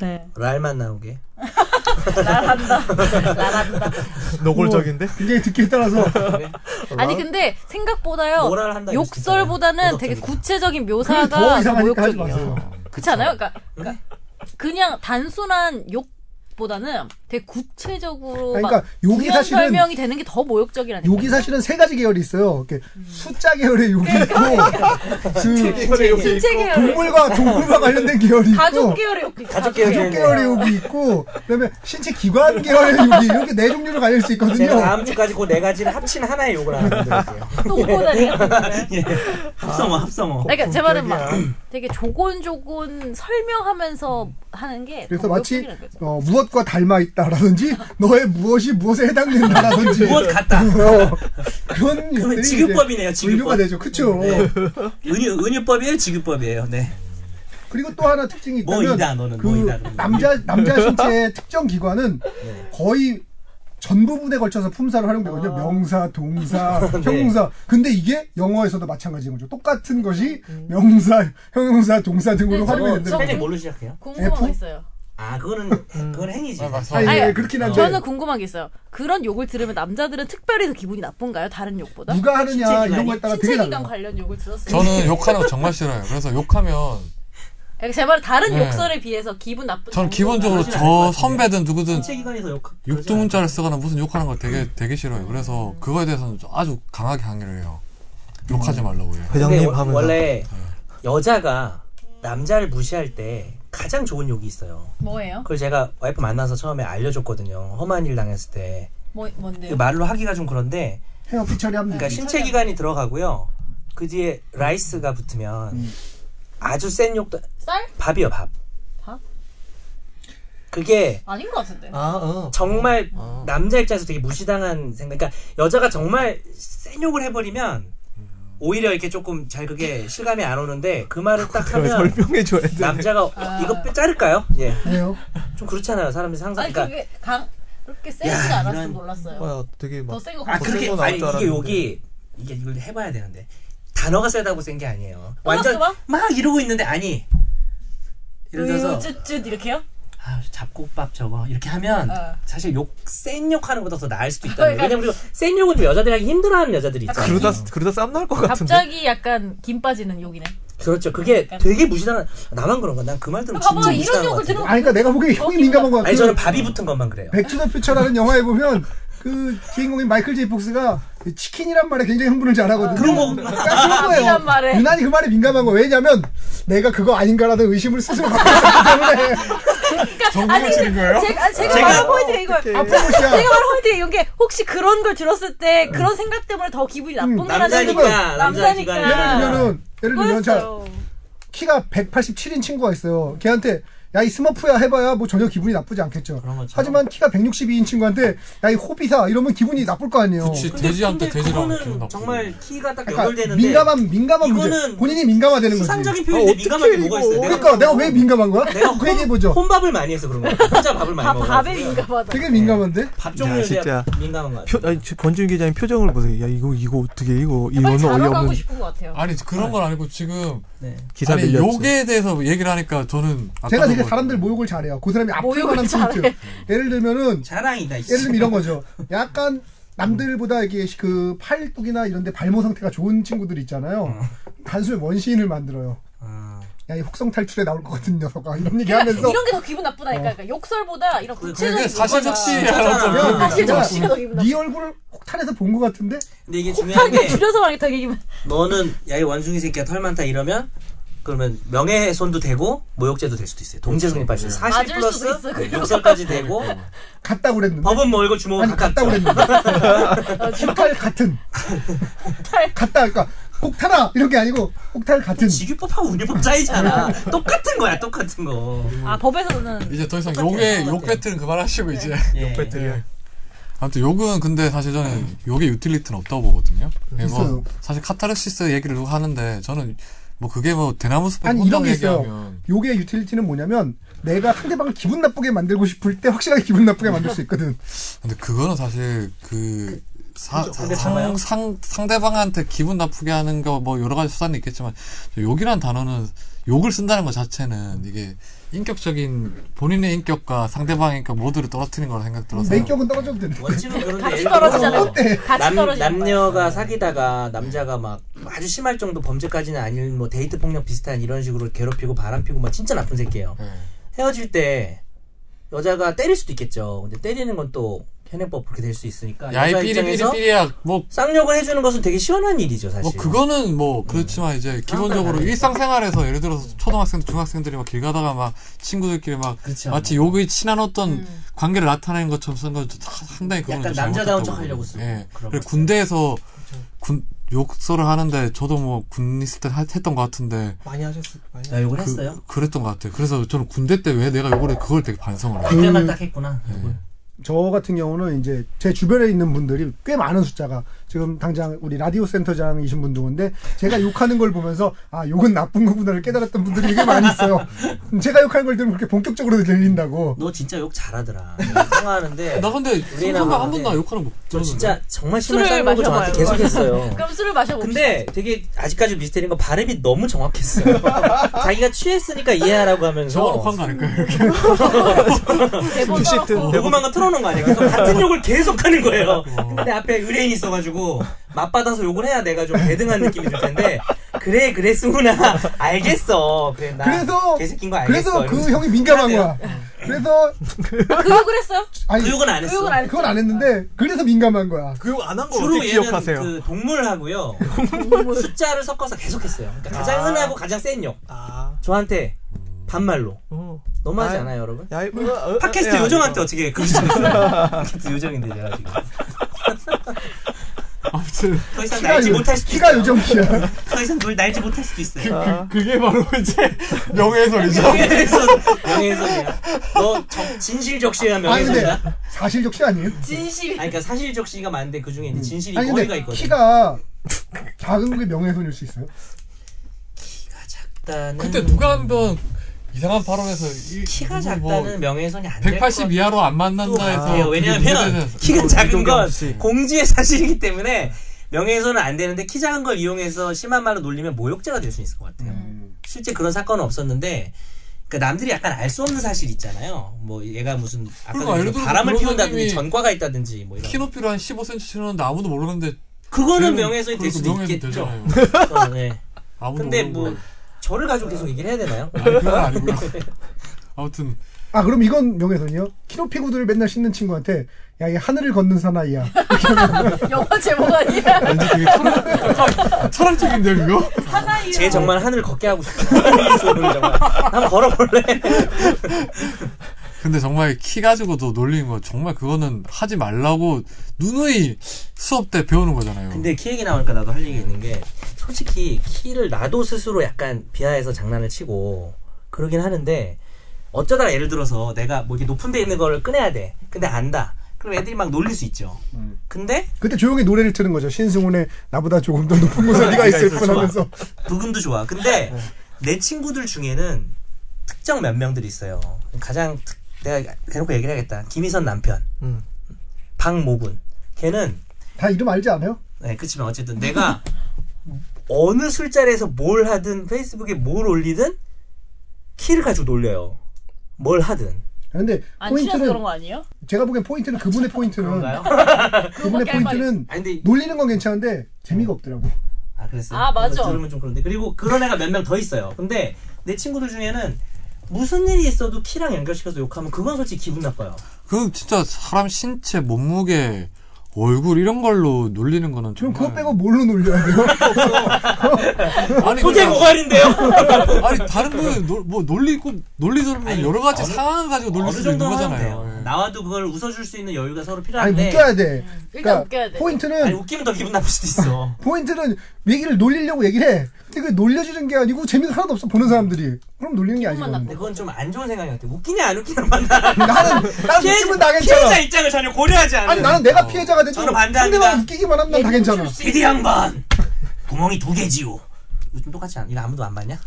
[SPEAKER 3] 네.
[SPEAKER 2] 랄만 나오게.
[SPEAKER 3] 나란다. 나란다.
[SPEAKER 4] 노골적인데?
[SPEAKER 5] 굉장히 뭐, 듣기에 따라서
[SPEAKER 3] 어, 아니 근데 생각보다요.
[SPEAKER 2] 뭐랄 한다 이럴 수 있잖아요.
[SPEAKER 3] 어, 욕설보다는 되게
[SPEAKER 2] 도덕적이다.
[SPEAKER 3] 구체적인
[SPEAKER 5] 그게 더
[SPEAKER 3] 묘사가 더
[SPEAKER 5] 이상하니까 하지
[SPEAKER 3] 뭐 모욕적이에요.
[SPEAKER 5] 마세요.
[SPEAKER 3] 그렇지 않아요? 그러니까, 그러니까 그냥 단순한 욕보다는 되게 구체적으로
[SPEAKER 5] 그러니까
[SPEAKER 3] 어, 막
[SPEAKER 5] 욕이
[SPEAKER 3] 구현
[SPEAKER 5] 사실은-
[SPEAKER 3] 설명이 되는 게 더 모욕적이라는
[SPEAKER 5] 욕이 사실은 세 가지 계열이 있어요. 이렇게 숫자 계열의 욕이 있고 그
[SPEAKER 3] 그러니까. 신체 계열
[SPEAKER 5] 동물과 동물과 관련된 계열이 있고
[SPEAKER 3] 가족 계열의 욕
[SPEAKER 2] 가족 계열.
[SPEAKER 5] 가족 계열의 욕이 있고 그다음에 신체 기관 계열의 욕이 이렇게 네 종류로 갈릴 수 있거든요.
[SPEAKER 2] 제가 다음 주까지 그 네 가지를 합친 하나의 욕을 하나 만들게요.
[SPEAKER 3] 또 오고 다니는
[SPEAKER 2] 예. 합성어 합성어.
[SPEAKER 3] 그러니까 제 말은 막 되게 조곤조곤 설명하면서 하는 게
[SPEAKER 5] 그래서
[SPEAKER 3] 더
[SPEAKER 5] 마치
[SPEAKER 3] 모욕적이라는 거죠.
[SPEAKER 5] 어, 무엇과 닮아 있다라든지 너의 무엇이 무엇에 해당된다라든지
[SPEAKER 2] 무엇 같다.
[SPEAKER 5] 어, 그런
[SPEAKER 2] 그러면
[SPEAKER 5] 것들이
[SPEAKER 2] 지급법이네요.
[SPEAKER 5] 이제 분류가
[SPEAKER 2] 지급법.
[SPEAKER 5] 되죠. 그렇죠.
[SPEAKER 2] 네. 은유 은유법이에요. 지급법이에요. 네.
[SPEAKER 4] 어,
[SPEAKER 5] 그리고 또 하나 특징이 있다면
[SPEAKER 2] 뭐이다, 너는
[SPEAKER 5] 그
[SPEAKER 2] 뭐이다, 네. 너는.
[SPEAKER 5] 남자 남자 신체의 특정 기관은 거의 전 부분에 걸쳐서 품사로 활용되거든요.
[SPEAKER 2] 아.
[SPEAKER 5] 명사, 동사,
[SPEAKER 2] 네.
[SPEAKER 5] 형용사. 근데 이게 영어에서도 마찬가지인 거죠. 똑같은 것이 명사, 형용사, 동사
[SPEAKER 3] 음.
[SPEAKER 5] 등으로
[SPEAKER 3] 네,
[SPEAKER 5] 활용이
[SPEAKER 2] 저거
[SPEAKER 5] 된다는
[SPEAKER 2] 스펠링
[SPEAKER 5] 거죠.
[SPEAKER 2] 뭘로 시작해요?
[SPEAKER 3] 궁금한 거
[SPEAKER 5] F?
[SPEAKER 3] 있어요.
[SPEAKER 2] 아 그거는
[SPEAKER 4] 음.
[SPEAKER 2] 그건 행위지.
[SPEAKER 5] 아, 예,
[SPEAKER 3] 아니,
[SPEAKER 5] 그렇긴 한데
[SPEAKER 3] 저는 궁금한 게 있어요. 그런 욕을 들으면 남자들은 특별히 더 기분이 나쁜가요? 다른 욕보다?
[SPEAKER 5] 누가 하느냐
[SPEAKER 2] 신체
[SPEAKER 5] 이런 거에 따라 되게
[SPEAKER 3] 신체기관
[SPEAKER 5] 달라요.
[SPEAKER 3] 관련 욕을 들었어요.
[SPEAKER 1] 저는 욕하는 거 정말 싫어요. 그래서 욕하면
[SPEAKER 3] 그러니까 제 말은 다른
[SPEAKER 1] 네.
[SPEAKER 3] 욕설에 비해서 기분 나쁜
[SPEAKER 1] 저는
[SPEAKER 3] 정도가-
[SPEAKER 1] 기본적으로
[SPEAKER 2] 나쁘진 않을 것
[SPEAKER 1] 저
[SPEAKER 2] 같은데.
[SPEAKER 1] 선배든 누구든
[SPEAKER 2] 체기관에서 욕.
[SPEAKER 1] 육두 문자를 쓰거나 무슨 욕하는 걸 되게 되게 싫어요. 그래서 그거에 대해서는 아주 강하게 항의를 해요. 욕하지 말라고 해요.
[SPEAKER 4] 회장님
[SPEAKER 2] 근데
[SPEAKER 4] 하면서. 네.
[SPEAKER 2] 원래 여자가 남자를 무시할 때 가장 좋은 욕이 있어요.
[SPEAKER 3] 뭐예요?
[SPEAKER 2] 그걸 제가 와이프 만나서 처음에 알려줬거든요. 험한 일 당했을 때.
[SPEAKER 3] 뭐, 뭔데요?
[SPEAKER 2] 그 말로 하기가 좀 그런데
[SPEAKER 5] 헤어 피처리 합니다.
[SPEAKER 2] 그러니까 신체 기관이 들어가고요. 그 뒤에 라이스가 붙으면
[SPEAKER 4] 음.
[SPEAKER 2] 아주 센 욕도
[SPEAKER 3] 쌀?
[SPEAKER 2] 밥이요, 밥.
[SPEAKER 3] 밥?
[SPEAKER 2] 그게
[SPEAKER 3] 아닌 것 같은데.
[SPEAKER 4] 아, 어.
[SPEAKER 2] 정말
[SPEAKER 4] 어.
[SPEAKER 2] 남자 입장에서 되게 무시당한 생각. 그러니까 여자가 정말 센 욕을 해버리면 오히려 이렇게 조금 잘 그게 실감이 안 오는데 그 말을 딱 하면
[SPEAKER 4] 설명해줘야 돼.
[SPEAKER 2] 남자가
[SPEAKER 3] 아.
[SPEAKER 2] 이거 빼- 자를까요? 예,
[SPEAKER 5] 왜요?
[SPEAKER 2] 좀 그렇잖아요. 사람들이 항상
[SPEAKER 3] 아니,
[SPEAKER 2] 그러니까
[SPEAKER 3] 그게 강, 그렇게 세지
[SPEAKER 2] 야,
[SPEAKER 3] 않아서
[SPEAKER 2] 이런-
[SPEAKER 3] 몰랐어요.
[SPEAKER 4] 어, 되게 막.
[SPEAKER 3] 더 센거
[SPEAKER 2] 아
[SPEAKER 3] 같아요.
[SPEAKER 4] 더
[SPEAKER 2] 그렇게
[SPEAKER 4] 세고 나올
[SPEAKER 2] 아니
[SPEAKER 4] 줄
[SPEAKER 2] 이게
[SPEAKER 4] 알았는데.
[SPEAKER 2] 여기 이게 이걸 해봐야 되는데 단어가 세다고 센 게 아니에요. 완전
[SPEAKER 3] 봐?
[SPEAKER 2] 막 이러고 있는데 아니. 예를 들어서
[SPEAKER 3] 우쭈쭈 이렇게요?
[SPEAKER 2] 아, 잡곡밥 저거 이렇게 하면
[SPEAKER 3] 어.
[SPEAKER 2] 사실 욕 센 욕 하는 것보다 더 나을 수도 있다.
[SPEAKER 3] 그러니까-
[SPEAKER 2] 왜냐면 우리가 센 욕은 좀 여자들이 하기 힘들어하는 여자들이 있잖아요.
[SPEAKER 4] 그러다 그러다 싸움 나올 것 같은데.
[SPEAKER 3] 갑자기 약간 김 빠지는 욕이네.
[SPEAKER 2] 그렇죠. 그게
[SPEAKER 3] 그러니까.
[SPEAKER 2] 되게 무시당한 나만 그런 건난 그 말 들으면 진짜
[SPEAKER 3] 아, 봐봐 이런
[SPEAKER 2] 무시당한 것
[SPEAKER 3] 욕을
[SPEAKER 2] 같아요.
[SPEAKER 3] 들으면
[SPEAKER 5] 아니 그러니까 내가 보기에
[SPEAKER 3] 어,
[SPEAKER 5] 형이 민감한 거 같아.
[SPEAKER 2] 아니 저는 밥이 붙은 것만 그래요.
[SPEAKER 5] 백투더 퓨처라는 영화에 보면 그 주인공인 마이클 제이 폭스가 이 치킨이란 말에 굉장히 흥분을 잘하거든요.
[SPEAKER 2] 그런 거구나.
[SPEAKER 5] 그러니까 그런 거예요.
[SPEAKER 3] 이란 말에.
[SPEAKER 5] 유난히 그 말에 민감한 거 왜냐면 내가 그거 아닌가라는 의심을 스스로 갖고 있기 때문에
[SPEAKER 1] 정보를 치는 거예요?
[SPEAKER 3] 제가 제가,
[SPEAKER 2] 제가-
[SPEAKER 3] 말한 포인트가 이거예요.
[SPEAKER 5] 아픈 것이야.
[SPEAKER 3] 제가 말한 포인트가 이게 혹시 그런 걸 들었을 때 그런 생각 때문에 더 기분이 나쁜
[SPEAKER 5] 음,
[SPEAKER 3] 거라는
[SPEAKER 2] 남자니까,
[SPEAKER 3] 생각-
[SPEAKER 2] 남자니까.
[SPEAKER 5] 예를 들면은 예를 들면 자
[SPEAKER 3] 그거였어요.
[SPEAKER 5] 키가 187인 친구가 있어요. 걔한테 야 이 스머프야 해봐야 뭐 전혀 기분이 나쁘지 않겠죠.
[SPEAKER 2] 그런 거죠.
[SPEAKER 5] 하지만 키가 162인 친구한테 야 이 호비사 이러면 기분이 나쁠 거 아니에요.
[SPEAKER 1] 그치
[SPEAKER 2] 근데-
[SPEAKER 1] 돼지한테
[SPEAKER 2] 근데
[SPEAKER 1] 돼지라고 기분
[SPEAKER 2] 그거는
[SPEAKER 1] 나쁘고.
[SPEAKER 2] 정말 키가 딱
[SPEAKER 5] 그러니까
[SPEAKER 2] 연결되는데
[SPEAKER 5] 민감한 민감한 문제.
[SPEAKER 2] 이거는
[SPEAKER 5] 본인이 민감화되는 거지.
[SPEAKER 2] 수상적인 표현인데 민감한 게 뭐가 있어요?
[SPEAKER 5] 그러니까 내가 왜 민감한 거야?
[SPEAKER 2] 내가
[SPEAKER 5] 그 얘기해 보죠.
[SPEAKER 2] 혼밥을 많이 해서 그런 거야. 혼자 밥을 많이
[SPEAKER 3] 다
[SPEAKER 2] 먹어.
[SPEAKER 3] 밥에 민감하다.
[SPEAKER 5] 되게 민감한데.
[SPEAKER 2] 밥
[SPEAKER 4] 야,
[SPEAKER 2] 종류에
[SPEAKER 4] 진짜.
[SPEAKER 2] 진짜 민감한 거
[SPEAKER 4] 표,
[SPEAKER 2] 같아요.
[SPEAKER 4] 아니, 저- 권지윤 기자님 표정을 보세요. 야 이거 이거 어떻게 이거
[SPEAKER 3] 빨리
[SPEAKER 4] 이거는
[SPEAKER 3] 자러 가고
[SPEAKER 4] 어이없는
[SPEAKER 3] 싶은 것 같아요.
[SPEAKER 1] 아니 그런 건 아니고 지금
[SPEAKER 2] 네.
[SPEAKER 4] 기사
[SPEAKER 1] 아니
[SPEAKER 4] 밀렸지.
[SPEAKER 1] 욕에 대해서 얘기를 하니까 저는
[SPEAKER 5] 제가
[SPEAKER 1] 아까도
[SPEAKER 5] 되게
[SPEAKER 1] 뭐-
[SPEAKER 5] 사람들 모욕을 잘해요. 그 사람이 아플
[SPEAKER 3] 모욕을
[SPEAKER 5] 만한 포인트. 예를 들면은
[SPEAKER 2] 자랑이다. 이씨.
[SPEAKER 5] 예를 들면 이런 거죠. 약간 남들보다 이게 그 팔뚝이나 이런데 발모 상태가 좋은 친구들 있잖아요. 단순히 원시인을 만들어요.
[SPEAKER 2] 아,
[SPEAKER 5] 야 이 혹성 탈출에 나올 것 같은 녀석아 이런 얘기하면서
[SPEAKER 3] 이런 게 더 기분 나쁘다니까. 그러니까 욕설보다 이런
[SPEAKER 1] 그게
[SPEAKER 3] 구체적인
[SPEAKER 1] 사실
[SPEAKER 3] 욕설보다
[SPEAKER 1] 적시라고
[SPEAKER 5] 야,
[SPEAKER 3] 사실
[SPEAKER 5] 야,
[SPEAKER 3] 적시가 더 기분 나빠.
[SPEAKER 5] 네 얼굴을 혹탄에서 본 것 같은데
[SPEAKER 2] 근데 이게 중요한
[SPEAKER 3] 폭탄이
[SPEAKER 2] 게
[SPEAKER 3] 줄여서 말하겠다 기분.
[SPEAKER 2] 너는 야이 원숭이 새끼야 털 많다 이러면 그러면 명예훼손도 되고 모욕죄도 될 수도 있어요. 동재성에
[SPEAKER 5] 그렇죠.
[SPEAKER 2] 빠질
[SPEAKER 5] 네.
[SPEAKER 2] 수 있어요.
[SPEAKER 3] 맞을
[SPEAKER 2] 40 플러스
[SPEAKER 3] 수도 있어, 그거.
[SPEAKER 2] 욕설까지 되고
[SPEAKER 5] 갔다 그랬는데
[SPEAKER 2] 법은 멀고 주먹은
[SPEAKER 5] 네, 아니 어, 뭐 갔다
[SPEAKER 2] 가깝죠.
[SPEAKER 5] 그랬는데 혹탈 같은
[SPEAKER 3] 폭탄.
[SPEAKER 5] 갔다 그러니까 혹탈아 이런 게 아니고 혹탈 같은
[SPEAKER 2] 직유법하고 운유법 짜이잖아. 똑같은 거야, 똑같은 거.
[SPEAKER 3] 아 법에서는
[SPEAKER 1] 이제 더 이상
[SPEAKER 2] 똑같아요,
[SPEAKER 1] 욕에
[SPEAKER 2] 똑같아요.
[SPEAKER 1] 욕 배틀은 그만하시고 이제
[SPEAKER 2] 예.
[SPEAKER 4] 배틀이야.
[SPEAKER 1] 아무튼 욕은 근데 사실 저는 욕의 유틸리티는 없다고 보거든요. 이게 뭐
[SPEAKER 5] 있어요.
[SPEAKER 1] 사실 카타르시스 얘기를 하는데 저는 뭐 그게 뭐 대나무 숲에
[SPEAKER 5] 아니 이런
[SPEAKER 1] 혼당
[SPEAKER 5] 게 있어요.
[SPEAKER 1] 얘기하면
[SPEAKER 5] 요게 유틸리티는 뭐냐면 내가 상대방을 기분 나쁘게 만들고 싶을 때 확실하게 기분 나쁘게 만들 수 있거든.
[SPEAKER 1] 근데 그거는 사실 그 사,
[SPEAKER 2] 근데
[SPEAKER 1] 상,
[SPEAKER 2] 참아요?
[SPEAKER 1] 상, 상대방한테 기분 나쁘게 하는 거 뭐 여러 가지 수단이 있겠지만 저 욕이란 단어는 욕을 쓴다는 것 자체는 이게 인격적인 본인의 인격과 상대방의 인격 모두를 떨어뜨리는 거라 생각 들어서
[SPEAKER 5] 내 격은 떨어져도 되는 거야.
[SPEAKER 2] 원칙은 그런데 뭐
[SPEAKER 3] 같이
[SPEAKER 2] 예를 들어
[SPEAKER 3] 떨어지잖아요.
[SPEAKER 5] 어때?
[SPEAKER 3] 같이
[SPEAKER 2] 음. 남,
[SPEAKER 3] 떨어지는 거야.
[SPEAKER 2] 남녀가 사귀다가 남자가 막 아주 심할 정도 범죄까지는 아닌 뭐 데이트 폭력 비슷한 이런 식으로 괴롭히고 바람피고 막 진짜 나쁜 새끼예요.
[SPEAKER 1] 네.
[SPEAKER 2] 헤어질 때 여자가 때릴 수도 있겠죠. 근데 때리는 건 또 현행법 그렇게 될 수 있으니까
[SPEAKER 1] 야이
[SPEAKER 2] 아, 여자 입장에서
[SPEAKER 1] 삐리삐리삐리야 뭐
[SPEAKER 2] 쌍욕을 해주는 것은 되게 시원한 일이죠, 사실. 음.
[SPEAKER 1] 뭐 그거는 뭐 그렇지만 이제 기본적으로
[SPEAKER 2] 다르니까.
[SPEAKER 1] 일상생활에서 예를 들어서 초등학생들 중학생들이 막 길 가다가 막 친구들끼리 막
[SPEAKER 2] 그렇죠. 음.
[SPEAKER 1] 마치 욕의 친한 어떤 관계를 나타내는 것처럼 쓴 거죠 다- 상당히 그건
[SPEAKER 2] 아, 약간
[SPEAKER 1] 좀 잘못됐다고
[SPEAKER 2] 남자다운 척 하려고
[SPEAKER 1] 보거든요.
[SPEAKER 2] 쓰고
[SPEAKER 1] 예.
[SPEAKER 2] 그런 그렇죠.
[SPEAKER 1] 그리고
[SPEAKER 2] 것들.
[SPEAKER 1] 군대에서 군 욕설을 하는데 저도 뭐 군 있을 때 하- 했던 것 같은데
[SPEAKER 4] 많이 하셨을 많이.
[SPEAKER 2] 야, 욕을
[SPEAKER 1] 그,
[SPEAKER 2] 했어요?
[SPEAKER 1] 그랬던 것 같아요. 그래서 저는 군대 때 왜 내가 욕을 해 그걸 네. 되게 반성을 해요.
[SPEAKER 2] 그때만 딱 했구나.
[SPEAKER 5] 저 같은 경우는 이제 제 주변에 있는 분들이 꽤 많은 숫자가 지금 당장 우리 라디오 센터장이신 분도 근데 제가 욕하는 걸 보면서 아 욕은 나쁜 거구나를 깨달았던 분들이 되게 많이 있어요. 제가 욕하는 걸 들으면 그렇게 본격적으로 들린다고.
[SPEAKER 2] 너 진짜 욕 잘하더라. 뭐 상하는데
[SPEAKER 1] 나 근데
[SPEAKER 2] 우리나라
[SPEAKER 1] 선배가 한 번도
[SPEAKER 2] 네.
[SPEAKER 1] 욕하는 거
[SPEAKER 2] 저
[SPEAKER 1] 들었는데.
[SPEAKER 2] 진짜 정말 심한
[SPEAKER 3] 술을
[SPEAKER 2] 쌍욕을 저한테
[SPEAKER 3] 마셔봐요.
[SPEAKER 2] 계속했어요.
[SPEAKER 3] 그럼 술을 마셔봅시다.
[SPEAKER 2] 근데 되게 아직까지 미스테리인 건 발음이 너무 정확했어요. 자기가 취했으니까 이해하라고 하면서
[SPEAKER 1] 저거 한거 아닐까요? 이렇게.
[SPEAKER 3] 대본 써놓고
[SPEAKER 2] 녹음한 거 틀어놓은 거 아니에요? 그래서 같은 욕을 계속 하는 거예요. 근데 내 앞에 의뢰인이 있어가지고 맞받아서 욕을 해야 내가 좀 배등한 느낌이 들 텐데 그래 그래 승훈아 알겠어. 그래 나
[SPEAKER 5] 그래서
[SPEAKER 2] 개새끼인 거 알겠어.
[SPEAKER 5] 그래서 그 형이 민감한 거야. 그래서
[SPEAKER 3] 그 욕을 했어요?
[SPEAKER 5] 아니
[SPEAKER 2] 그 욕은 안
[SPEAKER 3] 그
[SPEAKER 2] 했어.
[SPEAKER 3] 욕을 안 했어.
[SPEAKER 5] 그건 안 했는데 그래서 민감한 거야.
[SPEAKER 4] 그안한 거
[SPEAKER 2] 주로
[SPEAKER 4] 어떻게
[SPEAKER 2] 얘는
[SPEAKER 4] 기억하세요?
[SPEAKER 2] 그 동물하고요 숫자를 섞어서 계속했어요. 그러니까 가장
[SPEAKER 4] 아.
[SPEAKER 2] 흔하고 가장 센 욕.
[SPEAKER 4] 아.
[SPEAKER 2] 저한테 반말로
[SPEAKER 4] 어.
[SPEAKER 2] 너무하지
[SPEAKER 4] 아.
[SPEAKER 2] 않아요, 여러분?
[SPEAKER 4] 야, 이거 네,
[SPEAKER 2] 팟캐스트 요정한테 어떻게 그러시겠어요? 팟캐스트 요정인데 제가 지금
[SPEAKER 1] 아무튼
[SPEAKER 2] 더 이상
[SPEAKER 5] 키가
[SPEAKER 2] 날지
[SPEAKER 5] 요-
[SPEAKER 2] 못할 수도
[SPEAKER 5] 키가
[SPEAKER 2] 있어요.
[SPEAKER 5] 요정 키야.
[SPEAKER 2] 더 이상 널 날지 못할 수도 있어요.
[SPEAKER 1] 그게 바로 이제 명예의 소리죠.
[SPEAKER 2] 명예훼손, 명예훼손이야. 너 정- 진실적시야
[SPEAKER 5] 아니 근데
[SPEAKER 2] 명예훼손이야? 아니
[SPEAKER 5] 사실 적시 아니에요?
[SPEAKER 3] 진실이.
[SPEAKER 2] 그러니까 사실적시가 많은데 그 중에 이제 진실이
[SPEAKER 5] 아니
[SPEAKER 2] 거리가
[SPEAKER 5] 근데
[SPEAKER 2] 있거든.
[SPEAKER 5] 키가 작은 게 명예훼손일 수 있어요.
[SPEAKER 2] 작다는
[SPEAKER 1] 그때 누가 한번 이상한 발언에서 이-
[SPEAKER 2] 키가
[SPEAKER 1] 누구 뭐
[SPEAKER 2] 작다는 명예훼손이 안 될 것
[SPEAKER 1] 180 이하로 안 만난다 해서
[SPEAKER 2] 같아요.
[SPEAKER 1] 되게
[SPEAKER 2] 왜냐하면
[SPEAKER 1] 문제돼서-
[SPEAKER 2] 키가 작은 건
[SPEAKER 4] 씨.
[SPEAKER 2] 공지의 사실이기 때문에 명예훼손은 안 되는데 키 작은 걸 이용해서 심한 말로 놀리면 모욕죄가 될 수 있을 것 같아요. 실제 그런 사건은 없었는데 그러니까 남들이 약간 알 수 없는 사실 있잖아요. 뭐 얘가 무슨 아까
[SPEAKER 1] 그러니까 예를
[SPEAKER 2] 그
[SPEAKER 1] 들어서
[SPEAKER 2] 바람을
[SPEAKER 1] 그런
[SPEAKER 2] 피운다든지
[SPEAKER 1] 사람이
[SPEAKER 2] 전과가 있다든지 뭐 이런
[SPEAKER 1] 키 높이로 한 15cm 치는데 아무도 모르는데
[SPEAKER 2] 그거는
[SPEAKER 1] 쟤는
[SPEAKER 2] 명예훼손이 될
[SPEAKER 1] 그래도
[SPEAKER 2] 수도
[SPEAKER 1] 명예훼손
[SPEAKER 2] 있겠죠.
[SPEAKER 1] 되잖아요.
[SPEAKER 2] 어, 네.
[SPEAKER 1] 아무도
[SPEAKER 2] 근데
[SPEAKER 1] 모르고
[SPEAKER 2] 뭐 저를 가지고 계속 얘기를 해야 되나요?
[SPEAKER 1] 아니, 그건 아니고요. 아무튼
[SPEAKER 5] 아 그럼 이건 명예훼손이요? 키높이 구두를 맨날 신는 친구한테 야 이 하늘을 걷는 사나이야.
[SPEAKER 3] 영화 제목 아니야?
[SPEAKER 1] 완전 되게 철학, 철학적인데 그거?
[SPEAKER 3] 사나이요.
[SPEAKER 2] 제 정말 하늘 걷게 하고 싶어요. 이 소리를 정말. 한번 걸어볼래?
[SPEAKER 1] 근데 정말 키 가지고도 놀리는 거 정말 그거는 하지 말라고 누누이 수업 때 배우는 거잖아요.
[SPEAKER 2] 근데 키 얘기 나오니까 나도 할 얘기 있는 게 솔직히 키를 나도 스스로 약간 비하해서 장난을 치고 그러긴 하는데 어쩌다가 예를 들어서 내가 뭐 이렇게 높은 데 있는 거를 꺼내야 돼. 근데 안다. 그럼 애들이 막 놀릴 수 있죠. 근데
[SPEAKER 5] 그때 조용히 노래를 트는 거죠. 신승훈의 나보다 조금 더 높은 곳에 네가 있을
[SPEAKER 2] 네가
[SPEAKER 5] 뿐
[SPEAKER 2] 있어.
[SPEAKER 5] 하면서
[SPEAKER 2] 부금도 좋아. 근데 내 친구들 중에는 특정 몇 명들이 있어요. 가장 특- 내가 대놓고 얘기를 해야겠다. 김희선 남편,
[SPEAKER 4] 음.
[SPEAKER 2] 박모군. 걔는
[SPEAKER 5] 다 이름 알지 않아요?
[SPEAKER 2] 네, 그치만 어쨌든 내가 어느 술자리에서 뭘 하든 페이스북에 뭘 올리든 키를 가지고 놀려요. 뭘 하든.
[SPEAKER 5] 아, 근데
[SPEAKER 3] 안 친해서
[SPEAKER 5] 포인트는
[SPEAKER 3] 그런 거 아니에요?
[SPEAKER 5] 제가 보기엔 포인트는 그분의 포인트는
[SPEAKER 2] 그런가요?
[SPEAKER 5] 그분의
[SPEAKER 3] 그거밖에 할 말이
[SPEAKER 5] 포인트는
[SPEAKER 2] 아니 근데
[SPEAKER 5] 놀리는 건 괜찮은데 재미가 없더라고.
[SPEAKER 2] 아 그랬어요.
[SPEAKER 3] 아, 맞아.
[SPEAKER 2] 들으면 좀 그런데 그리고 그런 애가 몇 명 더 있어요. 근데 내 친구들 중에는 무슨 일이 있어도 키랑 연결시켜서 욕하면 그건 솔직히 기분 나빠요.
[SPEAKER 1] 그 진짜 사람 신체, 몸무게, 얼굴 이런 걸로 놀리는 거는
[SPEAKER 5] 그럼
[SPEAKER 1] 정말-
[SPEAKER 2] 아.
[SPEAKER 5] 그거 빼고 뭘로 놀려야 돼요?
[SPEAKER 1] 아니
[SPEAKER 2] 소재
[SPEAKER 1] 그냥-
[SPEAKER 2] 고갈인데요.
[SPEAKER 1] 아니 다른 거뭐 놀리고 놀리자면
[SPEAKER 2] 아니,
[SPEAKER 1] 여러 가지
[SPEAKER 2] 어느-
[SPEAKER 1] 상황 가지고 놀릴
[SPEAKER 2] 어느
[SPEAKER 1] 수 있는
[SPEAKER 2] 정도 하면
[SPEAKER 1] 거잖아요.
[SPEAKER 2] 돼요.
[SPEAKER 1] 예.
[SPEAKER 2] 나와도 그걸 웃어줄 수 있는 여유가 서로
[SPEAKER 5] 아니
[SPEAKER 2] 필요한데.
[SPEAKER 5] 웃겨야 돼.
[SPEAKER 3] 음.
[SPEAKER 5] 그러니까
[SPEAKER 3] 일단 그러니까 웃겨야 돼.
[SPEAKER 2] 네. 아니
[SPEAKER 5] 포인트는
[SPEAKER 2] 웃기면 더 기분 나쁠 수도 있어.
[SPEAKER 5] 포인트는 얘기를 놀리려고 얘기를 해. 근데 그 놀려주는 게 아니고 재미가 하나도 없어 보는 사람들이. 그럼 놀리는 게 아니지.
[SPEAKER 3] 기분만
[SPEAKER 5] 그거는.
[SPEAKER 2] 근데 그건 좀 안 좋은 생각인 것 같아. 웃기냐 안 웃기냐 판단.
[SPEAKER 5] 나는 나는 웃기면 다
[SPEAKER 2] 피해자
[SPEAKER 5] 괜찮아.
[SPEAKER 2] 입장을 전혀 고려하지 않는.
[SPEAKER 5] 아니 나는 내가 피해자가 되도
[SPEAKER 2] 저는 반대합니다.
[SPEAKER 5] 상대방 웃기기만 하면 난다 괜찮아.
[SPEAKER 2] 피디 양반 구멍이 두 개지요. 요즘 똑같지 않아? 이거 아무도 안 봤냐?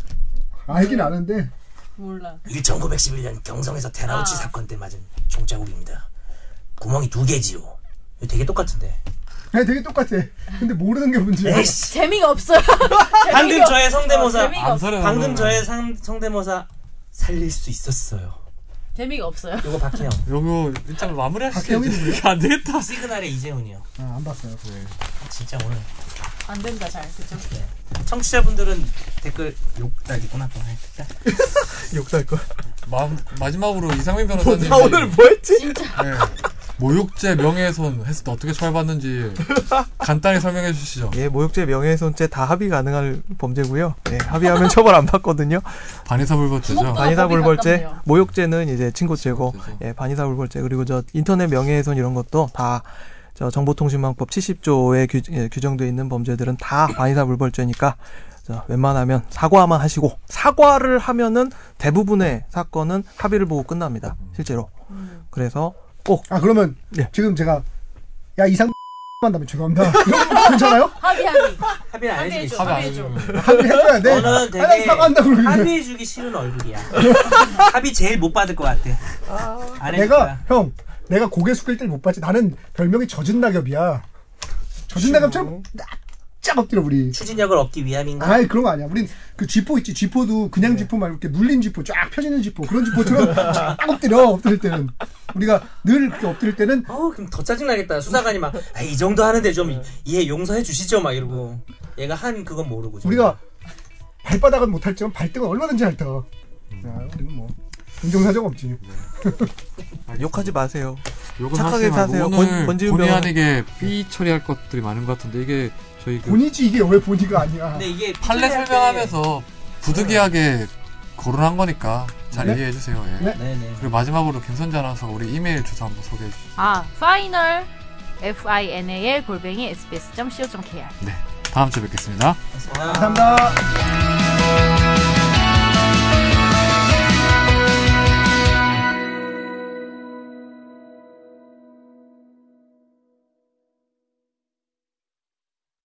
[SPEAKER 5] 알긴 아는데.
[SPEAKER 3] 몰라.
[SPEAKER 2] 1911년 경성에서 테라우치
[SPEAKER 3] 아.
[SPEAKER 2] 사건 때 맞은 종자국입니다. 구멍이 두 개지요. 이거 되게 똑같은데.
[SPEAKER 5] 아니, 되게 똑같아. 근데 모르는 게 문제야.
[SPEAKER 2] 에이씨.
[SPEAKER 3] 재미가 없어요.
[SPEAKER 2] 방금 저의
[SPEAKER 5] 어,
[SPEAKER 2] 성대모사.
[SPEAKER 3] 재미가,
[SPEAKER 1] 안
[SPEAKER 3] 없...
[SPEAKER 1] 살아요.
[SPEAKER 2] 방금 저의 상, 성대모사 살릴 수 있었어요.
[SPEAKER 3] 재미가 없어요.
[SPEAKER 2] 이거 박혜영.
[SPEAKER 1] 요거 일단
[SPEAKER 4] 아,
[SPEAKER 1] 마무리하시죠.
[SPEAKER 5] 박혜영이
[SPEAKER 1] 이제. 이게 안 되겠다.
[SPEAKER 2] 시그널의 이재훈이요.
[SPEAKER 5] 아, 안 봤어요.
[SPEAKER 2] 진짜 오늘
[SPEAKER 3] 안 된다 잘. 그죠?
[SPEAKER 2] 청취자분들은 댓글 욕 달리구나 또
[SPEAKER 5] 아,
[SPEAKER 2] 하니까.
[SPEAKER 4] 욕할 거야.
[SPEAKER 1] 마, 마지막으로 이상민 변호사님 예.
[SPEAKER 4] 나 오늘 뭐 했지?
[SPEAKER 1] 모욕죄 명예훼손 했을 때 어떻게 처벌받는지 간단히 설명해 주시죠.
[SPEAKER 4] 예, 모욕죄, 명예훼손죄 다 합의 가능한 범죄고요. 예, 합의하면 처벌 안 받거든요.
[SPEAKER 1] 반의사불법죄죠.
[SPEAKER 3] 주먹밥.
[SPEAKER 4] 반의사
[SPEAKER 3] 법이
[SPEAKER 4] 불벌죄,
[SPEAKER 3] 가깝네요.
[SPEAKER 4] 모욕죄는 이제 친고죄고,
[SPEAKER 1] 친고죄죠.
[SPEAKER 4] 예, 반의사 불벌죄 그리고 저 인터넷 명예훼손 이런 것도 다. 저 정보통신망법 70조에 규, 정되어 있는 범죄들은 다 반의사 불벌죄니까 저 웬만하면 사과만 하시고 사과를 하면은 대부분의 사건은 합의를 보고 끝납니다 실제로
[SPEAKER 3] 음.
[SPEAKER 4] 그래서 꼭
[SPEAKER 5] 아, 그러면
[SPEAKER 4] 예.
[SPEAKER 5] 지금 제가 야, 이상 만다면 죄송합니다. 이러면 괜찮아요?
[SPEAKER 3] 합의 합의.
[SPEAKER 2] 합의를 안 해주겠어.
[SPEAKER 1] 합의 안
[SPEAKER 3] 합의해줘.
[SPEAKER 1] 해주면.
[SPEAKER 5] 합의 해줘야 돼.
[SPEAKER 2] 너는 되게
[SPEAKER 5] 아니, 사과한다 네. 그러는데.
[SPEAKER 2] 합의해주기 싫은 얼굴이야. 합의 제일 못 받을 것 같아. 안 해줄
[SPEAKER 5] 내가
[SPEAKER 2] 거야.
[SPEAKER 5] 형, 내가 고개 숙일 때를 못 봤지. 나는 별명이 젖은 낙엽이야. 젖은 낙엽처럼 쫙 엎드려 우리.
[SPEAKER 2] 추진력을 얻기 위함인가?
[SPEAKER 5] 아이 그런 거 아니야. 우린 그 지포 있지. 지포도 그냥 지포 말고 이렇게 눌린 지포, 쫙 펴지는 지포 그런 지포처럼 쫙 엎드려 엎드릴 때는 우리가 늘 그렇게 엎드릴 때는
[SPEAKER 2] 어우 그럼 더 짜증나겠다. 수사관이 막 아, 이 정도 하는데
[SPEAKER 5] 네.
[SPEAKER 2] 좀 이해 용서해 주시죠 막 이러고 얘가 한 그건 모르고 지금.
[SPEAKER 5] 우리가 발바닥은 못할지만 발등은 얼마든지 핥아. 야, 우리는 뭐 인정사정 없지.
[SPEAKER 4] 아, 욕하지 마세요
[SPEAKER 1] 욕은
[SPEAKER 4] 착하게
[SPEAKER 1] 하지 말고
[SPEAKER 4] 사세요. 권-
[SPEAKER 1] 오늘
[SPEAKER 4] 권지훈
[SPEAKER 1] 본의
[SPEAKER 4] 변호사.
[SPEAKER 1] 아니게 삐 처리할 것들이 많은 것 같은데 이게 저희 그
[SPEAKER 5] 본이지 이게 왜 본이가 아니야.
[SPEAKER 2] 근데 이게
[SPEAKER 1] 판례
[SPEAKER 2] 피해할 때-
[SPEAKER 1] 설명하면서
[SPEAKER 4] 네.
[SPEAKER 1] 부득이하게 거론한 거니까 잘
[SPEAKER 5] 네.
[SPEAKER 1] 이해해 주세요. 예.
[SPEAKER 5] 네.
[SPEAKER 2] 네네.
[SPEAKER 1] 그리고 마지막으로 김선재 아나운서 우리 이메일 주소 한번 소개해 주세요.
[SPEAKER 3] 아 final f i n a l 골뱅이 s b s c o k r
[SPEAKER 1] 다음 주에 뵙겠습니다.
[SPEAKER 5] 아,
[SPEAKER 2] 그래서-
[SPEAKER 5] 감사합니다.